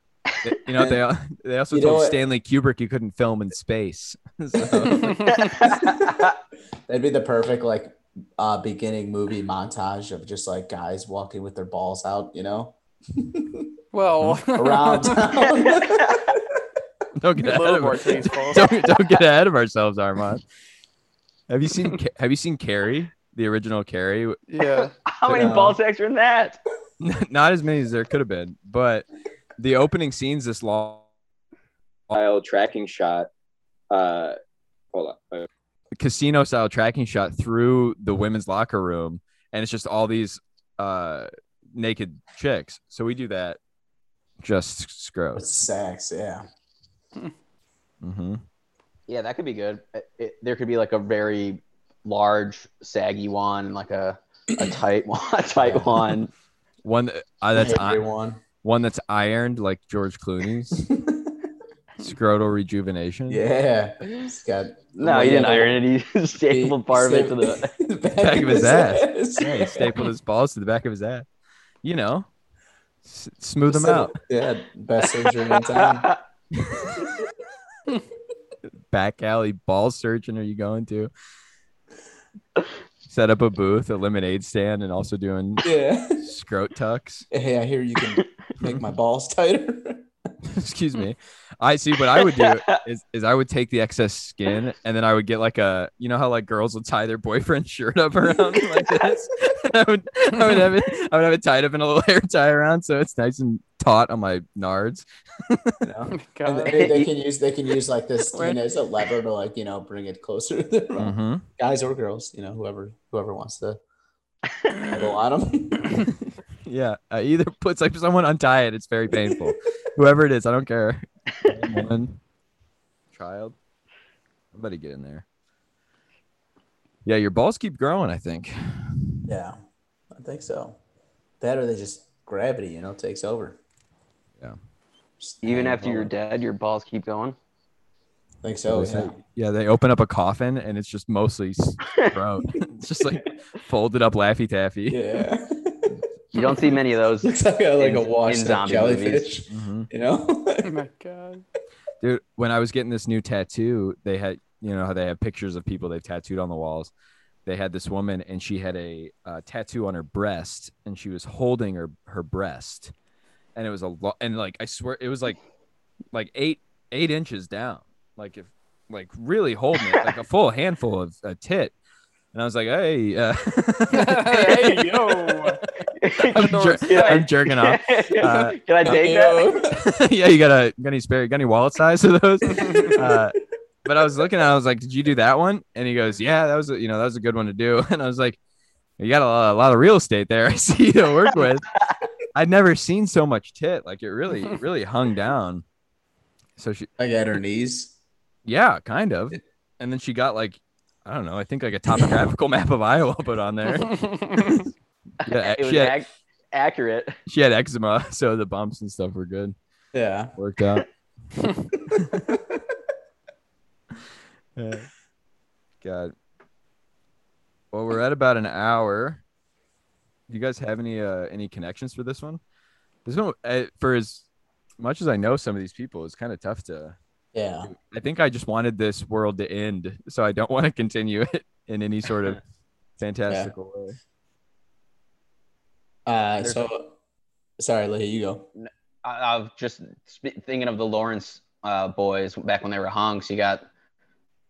They- You know, they al- they also You know told what? Stanley Kubrick you couldn't film in space. <laughs> <laughs> So, <laughs> Uh, That'd be the perfect like uh beginning movie montage of just like guys walking with their balls out, you know, <laughs> well, <laughs> Mm-hmm. <laughs> around town. don't a get ahead little <laughs> of more our- tasteful. <laughs> don't, don't get ahead of ourselves, Armand. Have you seen Ca- Have you seen Carrie, the original Carrie? <laughs> Yeah. How many Yeah. ball sacks are in that? not as many as there could have been, but the opening scenes this long Kyle tracking shot. Uh, hold on. Uh, casino style tracking shot through the women's locker room, and it's just all these uh naked chicks. So we do that just s- With gross. sex, yeah. hmm Yeah, that could be good. It- it- there could be like a very large, saggy <clears throat> one, and like a a tight one, a tight one. <laughs> One uh, that's on, Everyone. one that's ironed like George Clooney's scrotal <laughs> rejuvenation. yeah. He's got No, he didn't iron <laughs> it. He just stapled part of it to the <laughs> the <laughs> back, of his ass. ass. <laughs> Yeah, he stapled his balls to the back of his ass. You know, s- smooth Just them said, out. Yeah, best surgery <laughs> in town. Back alley ball surgeon are you going to? Set up a booth, a lemonade stand, and also doing Yeah. scrot tucks. <laughs> Hey, I hear you can make my balls tighter. <laughs> Excuse me. I see what I would do is, is I would take the excess skin and then I would get like a you know how like girls will tie their boyfriend's shirt up around like this. I would I would have it I would have it tied up in a little <laughs> hair tie around so it's nice and taut on my nards. You know? my And God. <laughs> they, they can use they can use like this, you know, it's a lever to like, you know, bring it closer to their mouth. Mm-hmm. guys or girls, you know, whoever whoever <laughs> wants to nibble on them. Yeah, uh, either <laughs> puts like someone untie it. It's very painful. Whoever it is, I don't care. Woman, child, somebody get in there. Yeah, your balls keep growing. I think. <laughs> yeah, I think so. That or they just gravity, you know, takes over. Yeah. Just even hang after you're on. dead, your balls keep going. I think so. Is Oh, Yeah. it- yeah, they open up a coffin and it's just mostly <laughs> s- throat. <laughs> it's just like folded up Laffy Taffy. yeah. <laughs> You don't <laughs> see many of those. <laughs> Looks like a, like a In- in washed up zombie jellyfish. Mhm. You know? Oh <laughs> my God. dude when i was getting this new tattoo they had you know how they have pictures of people they've tattooed on the walls they had this woman and she had a uh, tattoo on her breast and she was holding her her breast and it was a lot and like i swear it was like like eight eight inches down like if like really holding it like a full handful of a tit and i was like hey uh, <laughs> hey yo. I'm, jer- I'm jerking off Uh, Can <laughs> I take that? Yo. <laughs> <laughs> yeah, you got a gunny spare, gunny wallet size <laughs> of those. Uh, but I was looking, I was like, "Did you do that one?" And he goes, "Yeah, that was a, you know that was a good one to do." <laughs> And I was like, "You got a lot, a lot of real estate there. <laughs> I see you to work <laughs> with." I'd never seen so much tit. Like it really, it really hung down. So she, like at her knees. yeah, kind of. And then she got like, I don't know, I think like a topographical <laughs> map of Iowa put <laughs> on there. Yeah, It was she had, ac- accurate. she had eczema, <laughs> so the bumps and stuff were good. Yeah. <laughs> Worked out. Yeah. God. Well, we're at about an hour. Do you guys have any uh any connections for this one? This one, uh, for as much as I know some of these people, it's kind of tough to. Yeah. I think I just wanted this world to end, so I don't <laughs> want to continue it in any sort of fantastical way. Uh, so sorry, Lehi, you go. I, I was just sp- thinking of the Lawrence uh, boys back when they were hung. So you got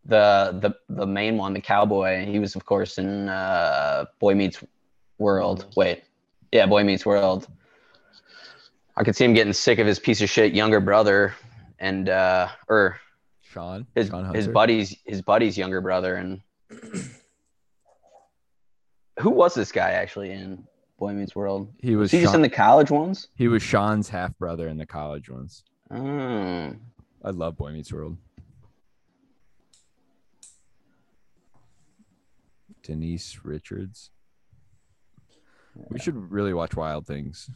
the the the main one, the cowboy. He was of course in uh, Boy Meets World. Wait, yeah, Boy Meets World. I could see him getting sick of his piece of shit younger brother, and uh, or Sean, his Sean his Hunter? buddy's his buddy's younger brother. And <clears throat> who was this guy actually in Boy Meets World? He was Was he just in Sean, the college ones? he was Sean's half brother in the college ones. Mm. I love Boy Meets World. Denise Richards. We should really watch Wild Things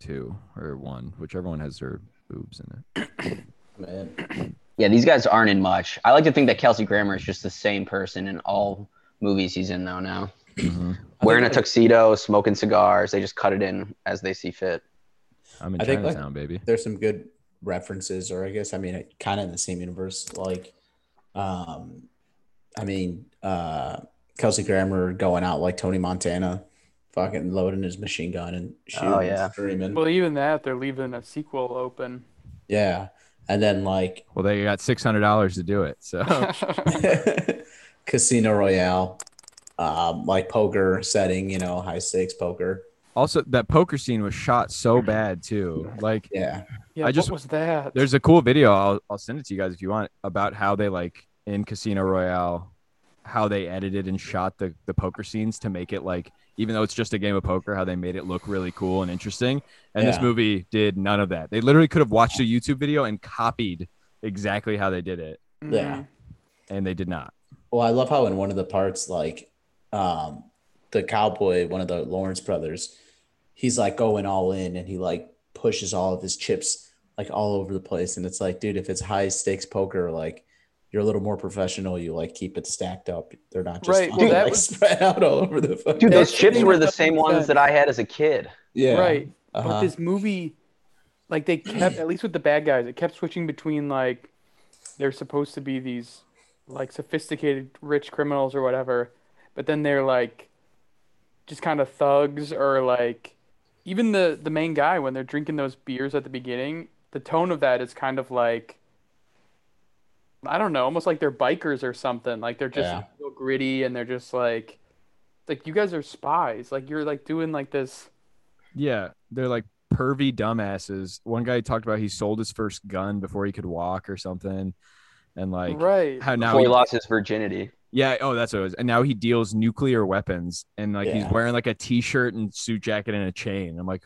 two or one, whichever one has their boobs in it. Man. Yeah, these guys aren't in much. I like to think that Kelsey Grammer is just the same person in all movies he's in though now. Wearing a tuxedo, smoking cigars, they just cut it in as they see fit. I'm in I think, like- Chinatown, baby. there's some good references, or I guess I mean kind of in the same universe. Like, um, I mean, uh, Kelsey Grammer going out like Tony Montana, fucking loading his machine gun and shooting, Oh, yeah. and <laughs> screaming, Well, even that, they're leaving a sequel open. yeah. And then like Well, they got six hundred dollars to do it. <laughs> Oh. So Casino Royale, um, like poker setting, you know, high stakes poker. also that poker scene was shot so bad too. Like Yeah, <laughs> yeah, I just- what was that? there's a cool video I'll, I'll send it to you guys if you want about how they like in casino royale how they edited and shot the, the poker scenes to make it like even though it's just a game of poker how they made it look really cool and interesting and this Yeah. movie did none of that they literally could have watched a youtube video and copied exactly how they did it Mhm. yeah. and they did not Well, I love how in one of the parts, like um the cowboy, one of the Lawrence brothers, he's like going all in and he like p- pushes all of his chips like all over the place. And it's like, dude, if it's high stakes poker, like you're a little more professional. You like keep it stacked up. They're not just <laughs> Right, all, well, that like, was- spread out all over the. fucking- Dude, That's those the chips thing were with the the same ones percent. that I had as a kid. yeah, Right. But uh-huh. this movie, like they kept at least with the bad guys, it kept switching between like they're supposed to be these like sophisticated rich criminals or whatever, but then they're like just kind of thugs or like even the the main guy when they're drinking those beers at the beginning, the tone of that is kind of like I don't know, almost like they're bikers or something. Like they're just Yeah. real gritty and they're just like like you guys are spies. Like you're like doing like this Yeah, they're like pervy dumbasses. One guy talked about he sold his first gun before he could walk or something, and like right. how now Before he he, lost his virginity. yeah oh that's what it was and now he deals nuclear weapons and like he's Yeah. wearing like a t-shirt and suit jacket and a chain. I'm like,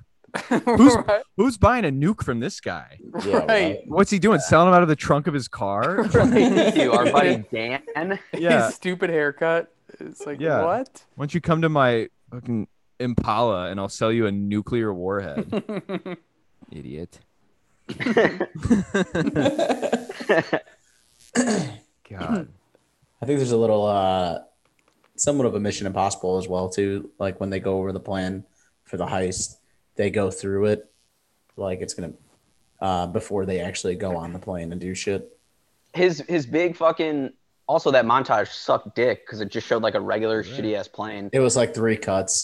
Who's <laughs> right? who's buying a nuke from this guy? Yeah, right. What's he doing? Selling him out of the trunk of <laughs> his car? Thank you, our <laughs> buddy Dan. yeah. His stupid haircut. It's like Yeah. what? <laughs> Why don't you come to my fucking Impala and I'll sell you a nuclear warhead, <laughs> idiot. <laughs> God. I think there's a little uh somewhat of a Mission Impossible as well too. Like when they go over the plan for the heist, they go through it like it's gonna uh before they actually go on the plane and do shit. <laughs> His his big fucking. Also, that montage sucked dick because it just showed like a regular shitty ass plane. It was like three cuts.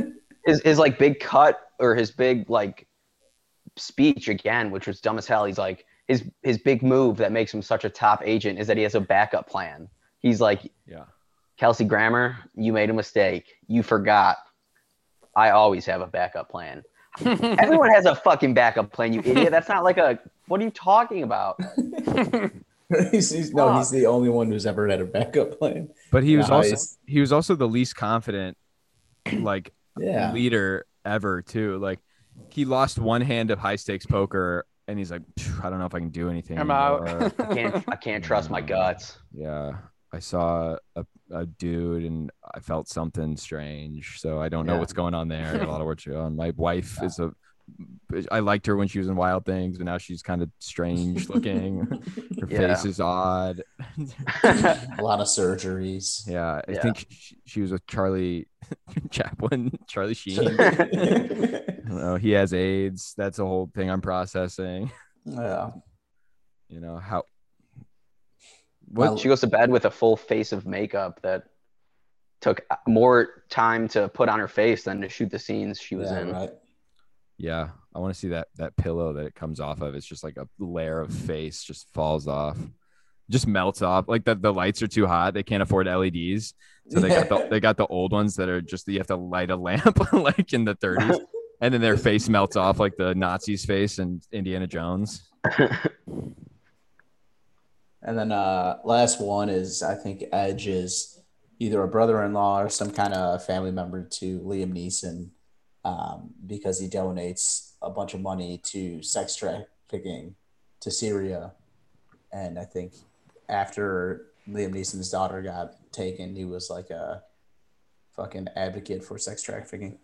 <laughs> His his like big cut or his big like speech again, which was dumb as hell. He's like his his big move that makes him such a top agent is that he has a backup plan. He's like Yeah. Kelsey Grammer, you made a mistake. You forgot. I always have a backup plan. Everyone has a fucking backup plan, you idiot. That's not like a. What are you talking about? he's, he's- no, he's the only one who's ever had a backup plan. But he was Yeah, also he's- he was also the least confident like Yeah. leader ever too. Like he lost one hand of high stakes poker and he's like, "Phew, I don't know if I can do anything. I'm anymore." <laughs> out. I can't. I can't trust my guts. yeah. I saw a, a dude and I felt something strange. So I don't know Yeah. what's going on there. A lot of what's going on. My wife is a I liked her when she was in Wild Things, but now she's kind of <laughs> strange looking. her Yeah. face is odd. A lot of surgeries. Yeah, I Yeah. think she, she was with Charlie <laughs> Chaplin, Charlie <laughs> Sheen. I <laughs> yeah. don't know. He has AIDS. That's a whole thing I'm processing. You know how? I- What? She goes to bed with a full face of makeup that took more time to put on her face than to shoot the scenes she was Yeah, in. right. Yeah, I want to see that that pillow that it comes off of. It's just like a layer of face just falls off, just melts off. Like the, the lights are too hot. They can't afford LEDs, so they <laughs> got the they got the old ones that are just you have to light a lamp <laughs> like in the 30s, and then their face melts off like the Nazis' face in Indiana Jones. And then uh last one is I think Edge is either a brother-in-law or some kind of family member to Liam Neeson um, because he donates a bunch of money to sex trafficking to Syria. And I think after Liam Neeson's daughter got taken, he was like a fucking advocate for sex trafficking.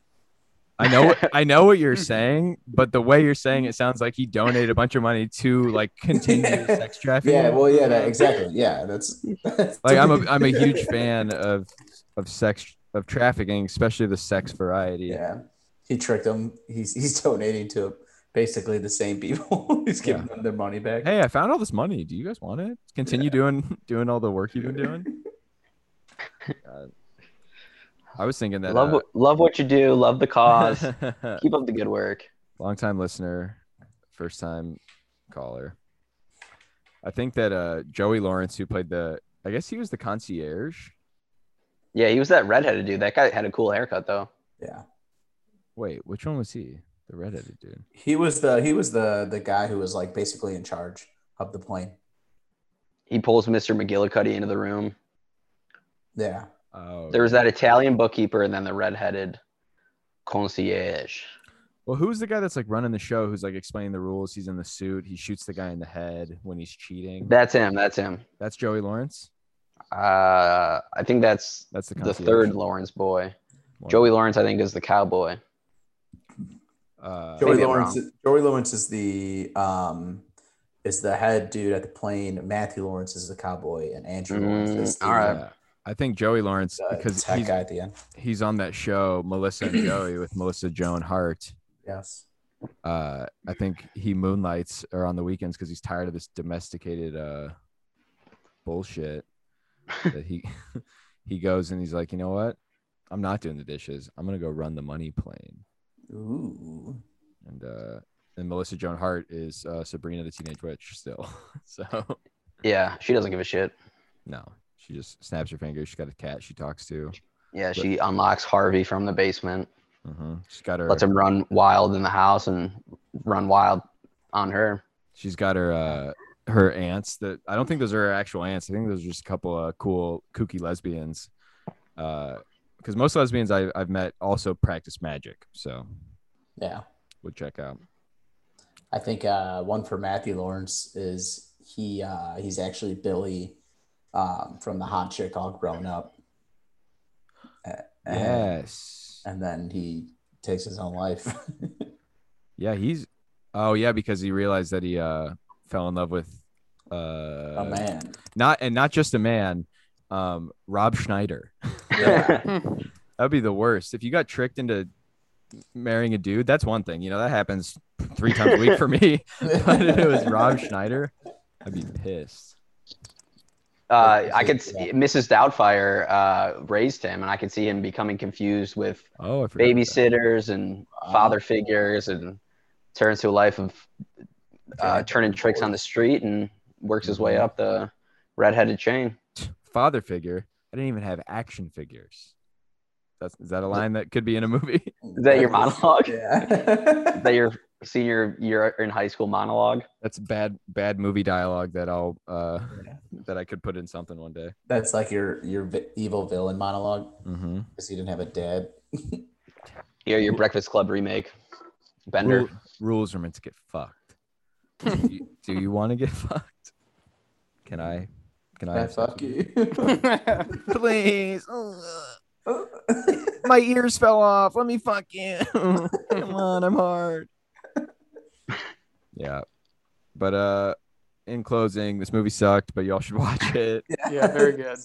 I know what- I know what you're saying, but the way you're saying it sounds like he donated a bunch of money to like continue sex <laughs> trafficking. Yeah, well, yeah, that, exactly. Yeah, that's, <laughs> like I'm a I'm a huge fan of of sex of trafficking, especially the sex variety. Yeah, he tricked them. He's <laughs> he's donating to basically the same people. <laughs> he's giving them their money back. Hey, I found all this money. Do you guys want it? Continue doing <laughs> doing all the work you've <laughs> been doing. God. I was thinking that love uh, what love what you do. Love the <laughs> cause. <laughs> Keep up the good work. long time listener, first time caller. I think that uh Joey Lawrence, who played the, I guess he was the concierge. Yeah, he was that redheaded dude. That guy had a cool haircut though. Yeah, Wait, which one was he? The redheaded dude. he was the he was the the guy who was like basically in charge of the plane. He pulls Mr. McGillicuddy into the room. Yeah, Oh, There was that Italian bookkeeper and then the redheaded concierge. Well, who's the guy that's like running the show? Who's like explaining the rules? He's in the suit. He shoots the guy in the head when he's cheating. That's him. That's him. that's Joey Lawrence. Uh, I think that's That's the the concierge. third Lawrence boy. One. Joey Lawrence, I think, is the cowboy. Uh, Joey Maybe I'm Lawrence. Joey Lawrence is the um is the head dude at the plane. Matthew Lawrence is the cowboy, and Andrew Lawrence Mm, is the, all right. yeah. I think Joey Lawrence the because tech he's, guy at the end. he's on that show Melissa and Joey with Melissa Joan Hart. Yes. Uh, I think he moonlights or on the weekends because he's tired of this domesticated uh <laughs> bullshit that he <laughs> he goes and he's like, you know what? I'm not doing the dishes. I'm gonna go run the money plane. Ooh. And uh, and Melissa Joan Hart is uh, Sabrina the Teenage Witch still. <laughs> so Yeah, she doesn't give a shit. no, she just snaps her fingers. She's got a cat she talks to. Yeah, she unlocks Harvey from the basement, hmm She's got her. lets him run wild in the house and run wild on her. She's got her uh her aunts that I don't think those are her actual aunts. I think those are just a couple of cool kooky lesbians. Uh because most lesbians I, I've met also practice magic. So Yeah. we'll check out. I think uh, one for Matthew Lawrence is he uh, he's actually Billy um, from the hot chick all grown up. A- and- Yes. And then he takes his own life. <laughs> Yeah, he's oh yeah, because he realized that he uh fell in love with uh a man. not and not just a man, um Rob Schneider. Yeah. That'd be the worst. If you got tricked into marrying a dude, that's one thing. You know, that happens three times a week for me. <laughs> <laughs> but if it was <laughs> Rob Schneider, I'd be pissed. Uh, I could see Mrs. Doubtfire uh, raised him, and I could see him becoming confused with Oh, I forgot. about that. babysitters and father figures, and turns to a life of uh, turning tricks on the street and works his way up the redheaded chain. Father figure. I didn't even have action figures. That's is that a line that could be in a movie? <laughs> Is that your monologue? Yeah. <laughs> <laughs> Is that your senior year in high school monologue? That's bad bad movie dialogue that I'll uh Yeah. that I could put in something one day. That's like your your vi- evil villain monologue Mm-hmm. because you didn't have a dad. Yeah, your Breakfast Club remake. Bender. rules are meant to get fucked. do you, do you want to get fucked? Can I? Can I? I have sex fuck with you. Uh, <laughs> you? Please. My ears fell off. Let me fuck you. <laughs> Come on, I'm hard. Yeah. But uh in closing, this movie sucked, but y'all should watch it. yeah, very good.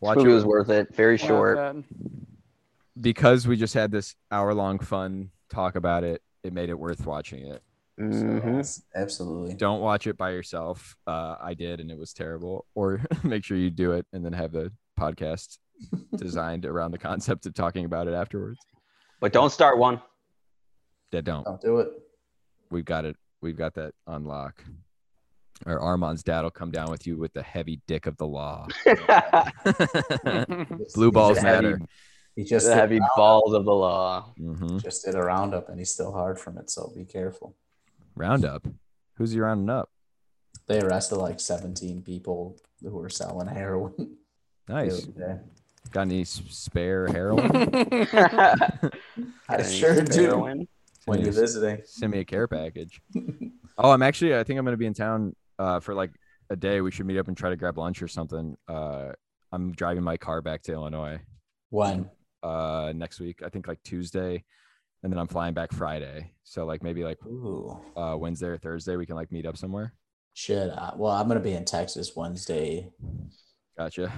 Watch movie it was worth it. Very Wow, short. that- because we just had this hour long fun talk about it. It made it worth watching it. Mm-hmm. Mhm. Yes, absolutely. Don't watch it by yourself. Uh, I did, and it was terrible. Or <laughs> make sure you do it and then have the <laughs> podcast designed around the concept of talking about it afterwards. But don't start <laughs> one. <laughs> Yeah, don't. Don't do it. we've got it. We've got that on lock. Or Armand's dad will come down with you with the heavy dick of <laughs> the law. <laughs> Blue balls He's a heavy- matter. He just the did, heavy balls of the law. hmm just did a roundup and he's still hard from it, so be careful. Roundup. Who's he rounding up? They arrested like 17 people who were selling heroin. <laughs> Nice. the other day. Got any s- spare heroin? <laughs> <laughs> I Got any sure do. heroin? <laughs> When you're visiting, Send me a care package. oh, I'm actually. I think I'm gonna be in town uh, for like a day. We should meet up and try to grab lunch or something. Uh, I'm driving my car back to Illinois when uh, next week. I think like Tuesday, and then I'm flying back Friday. So like maybe like ooh uh, Wednesday or Thursday, we can like meet up somewhere. shit. I, well, I'm gonna be in Texas Wednesday Gotcha.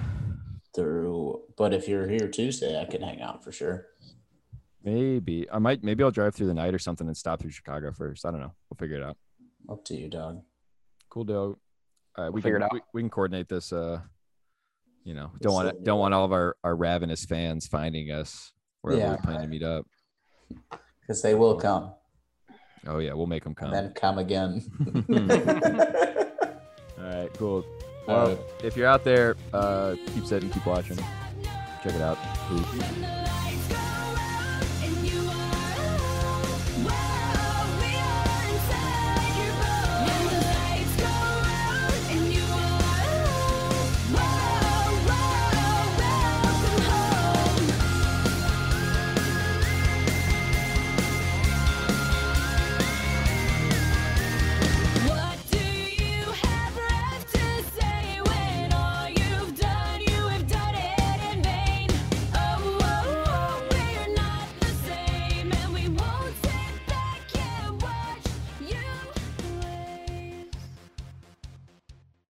through, but if you're here Tuesday, I can hang out for sure. Maybe I might. Maybe I'll drive through the night or something and stop through Chicago first. I don't know. We'll figure it out. Up to you, dog. Cool deal. All right, we figure it can out. We, we can coordinate this. Uh, you know, Let's don't want see. to don't want all of our our ravenous fans finding us wherever Yeah, we plan to meet up. Because they will come Oh yeah, we'll make them come. and then come again. <laughs> all right, cool. All Well, if you're out there, uh, keep setting, keep watching. Check it out. Peace. No.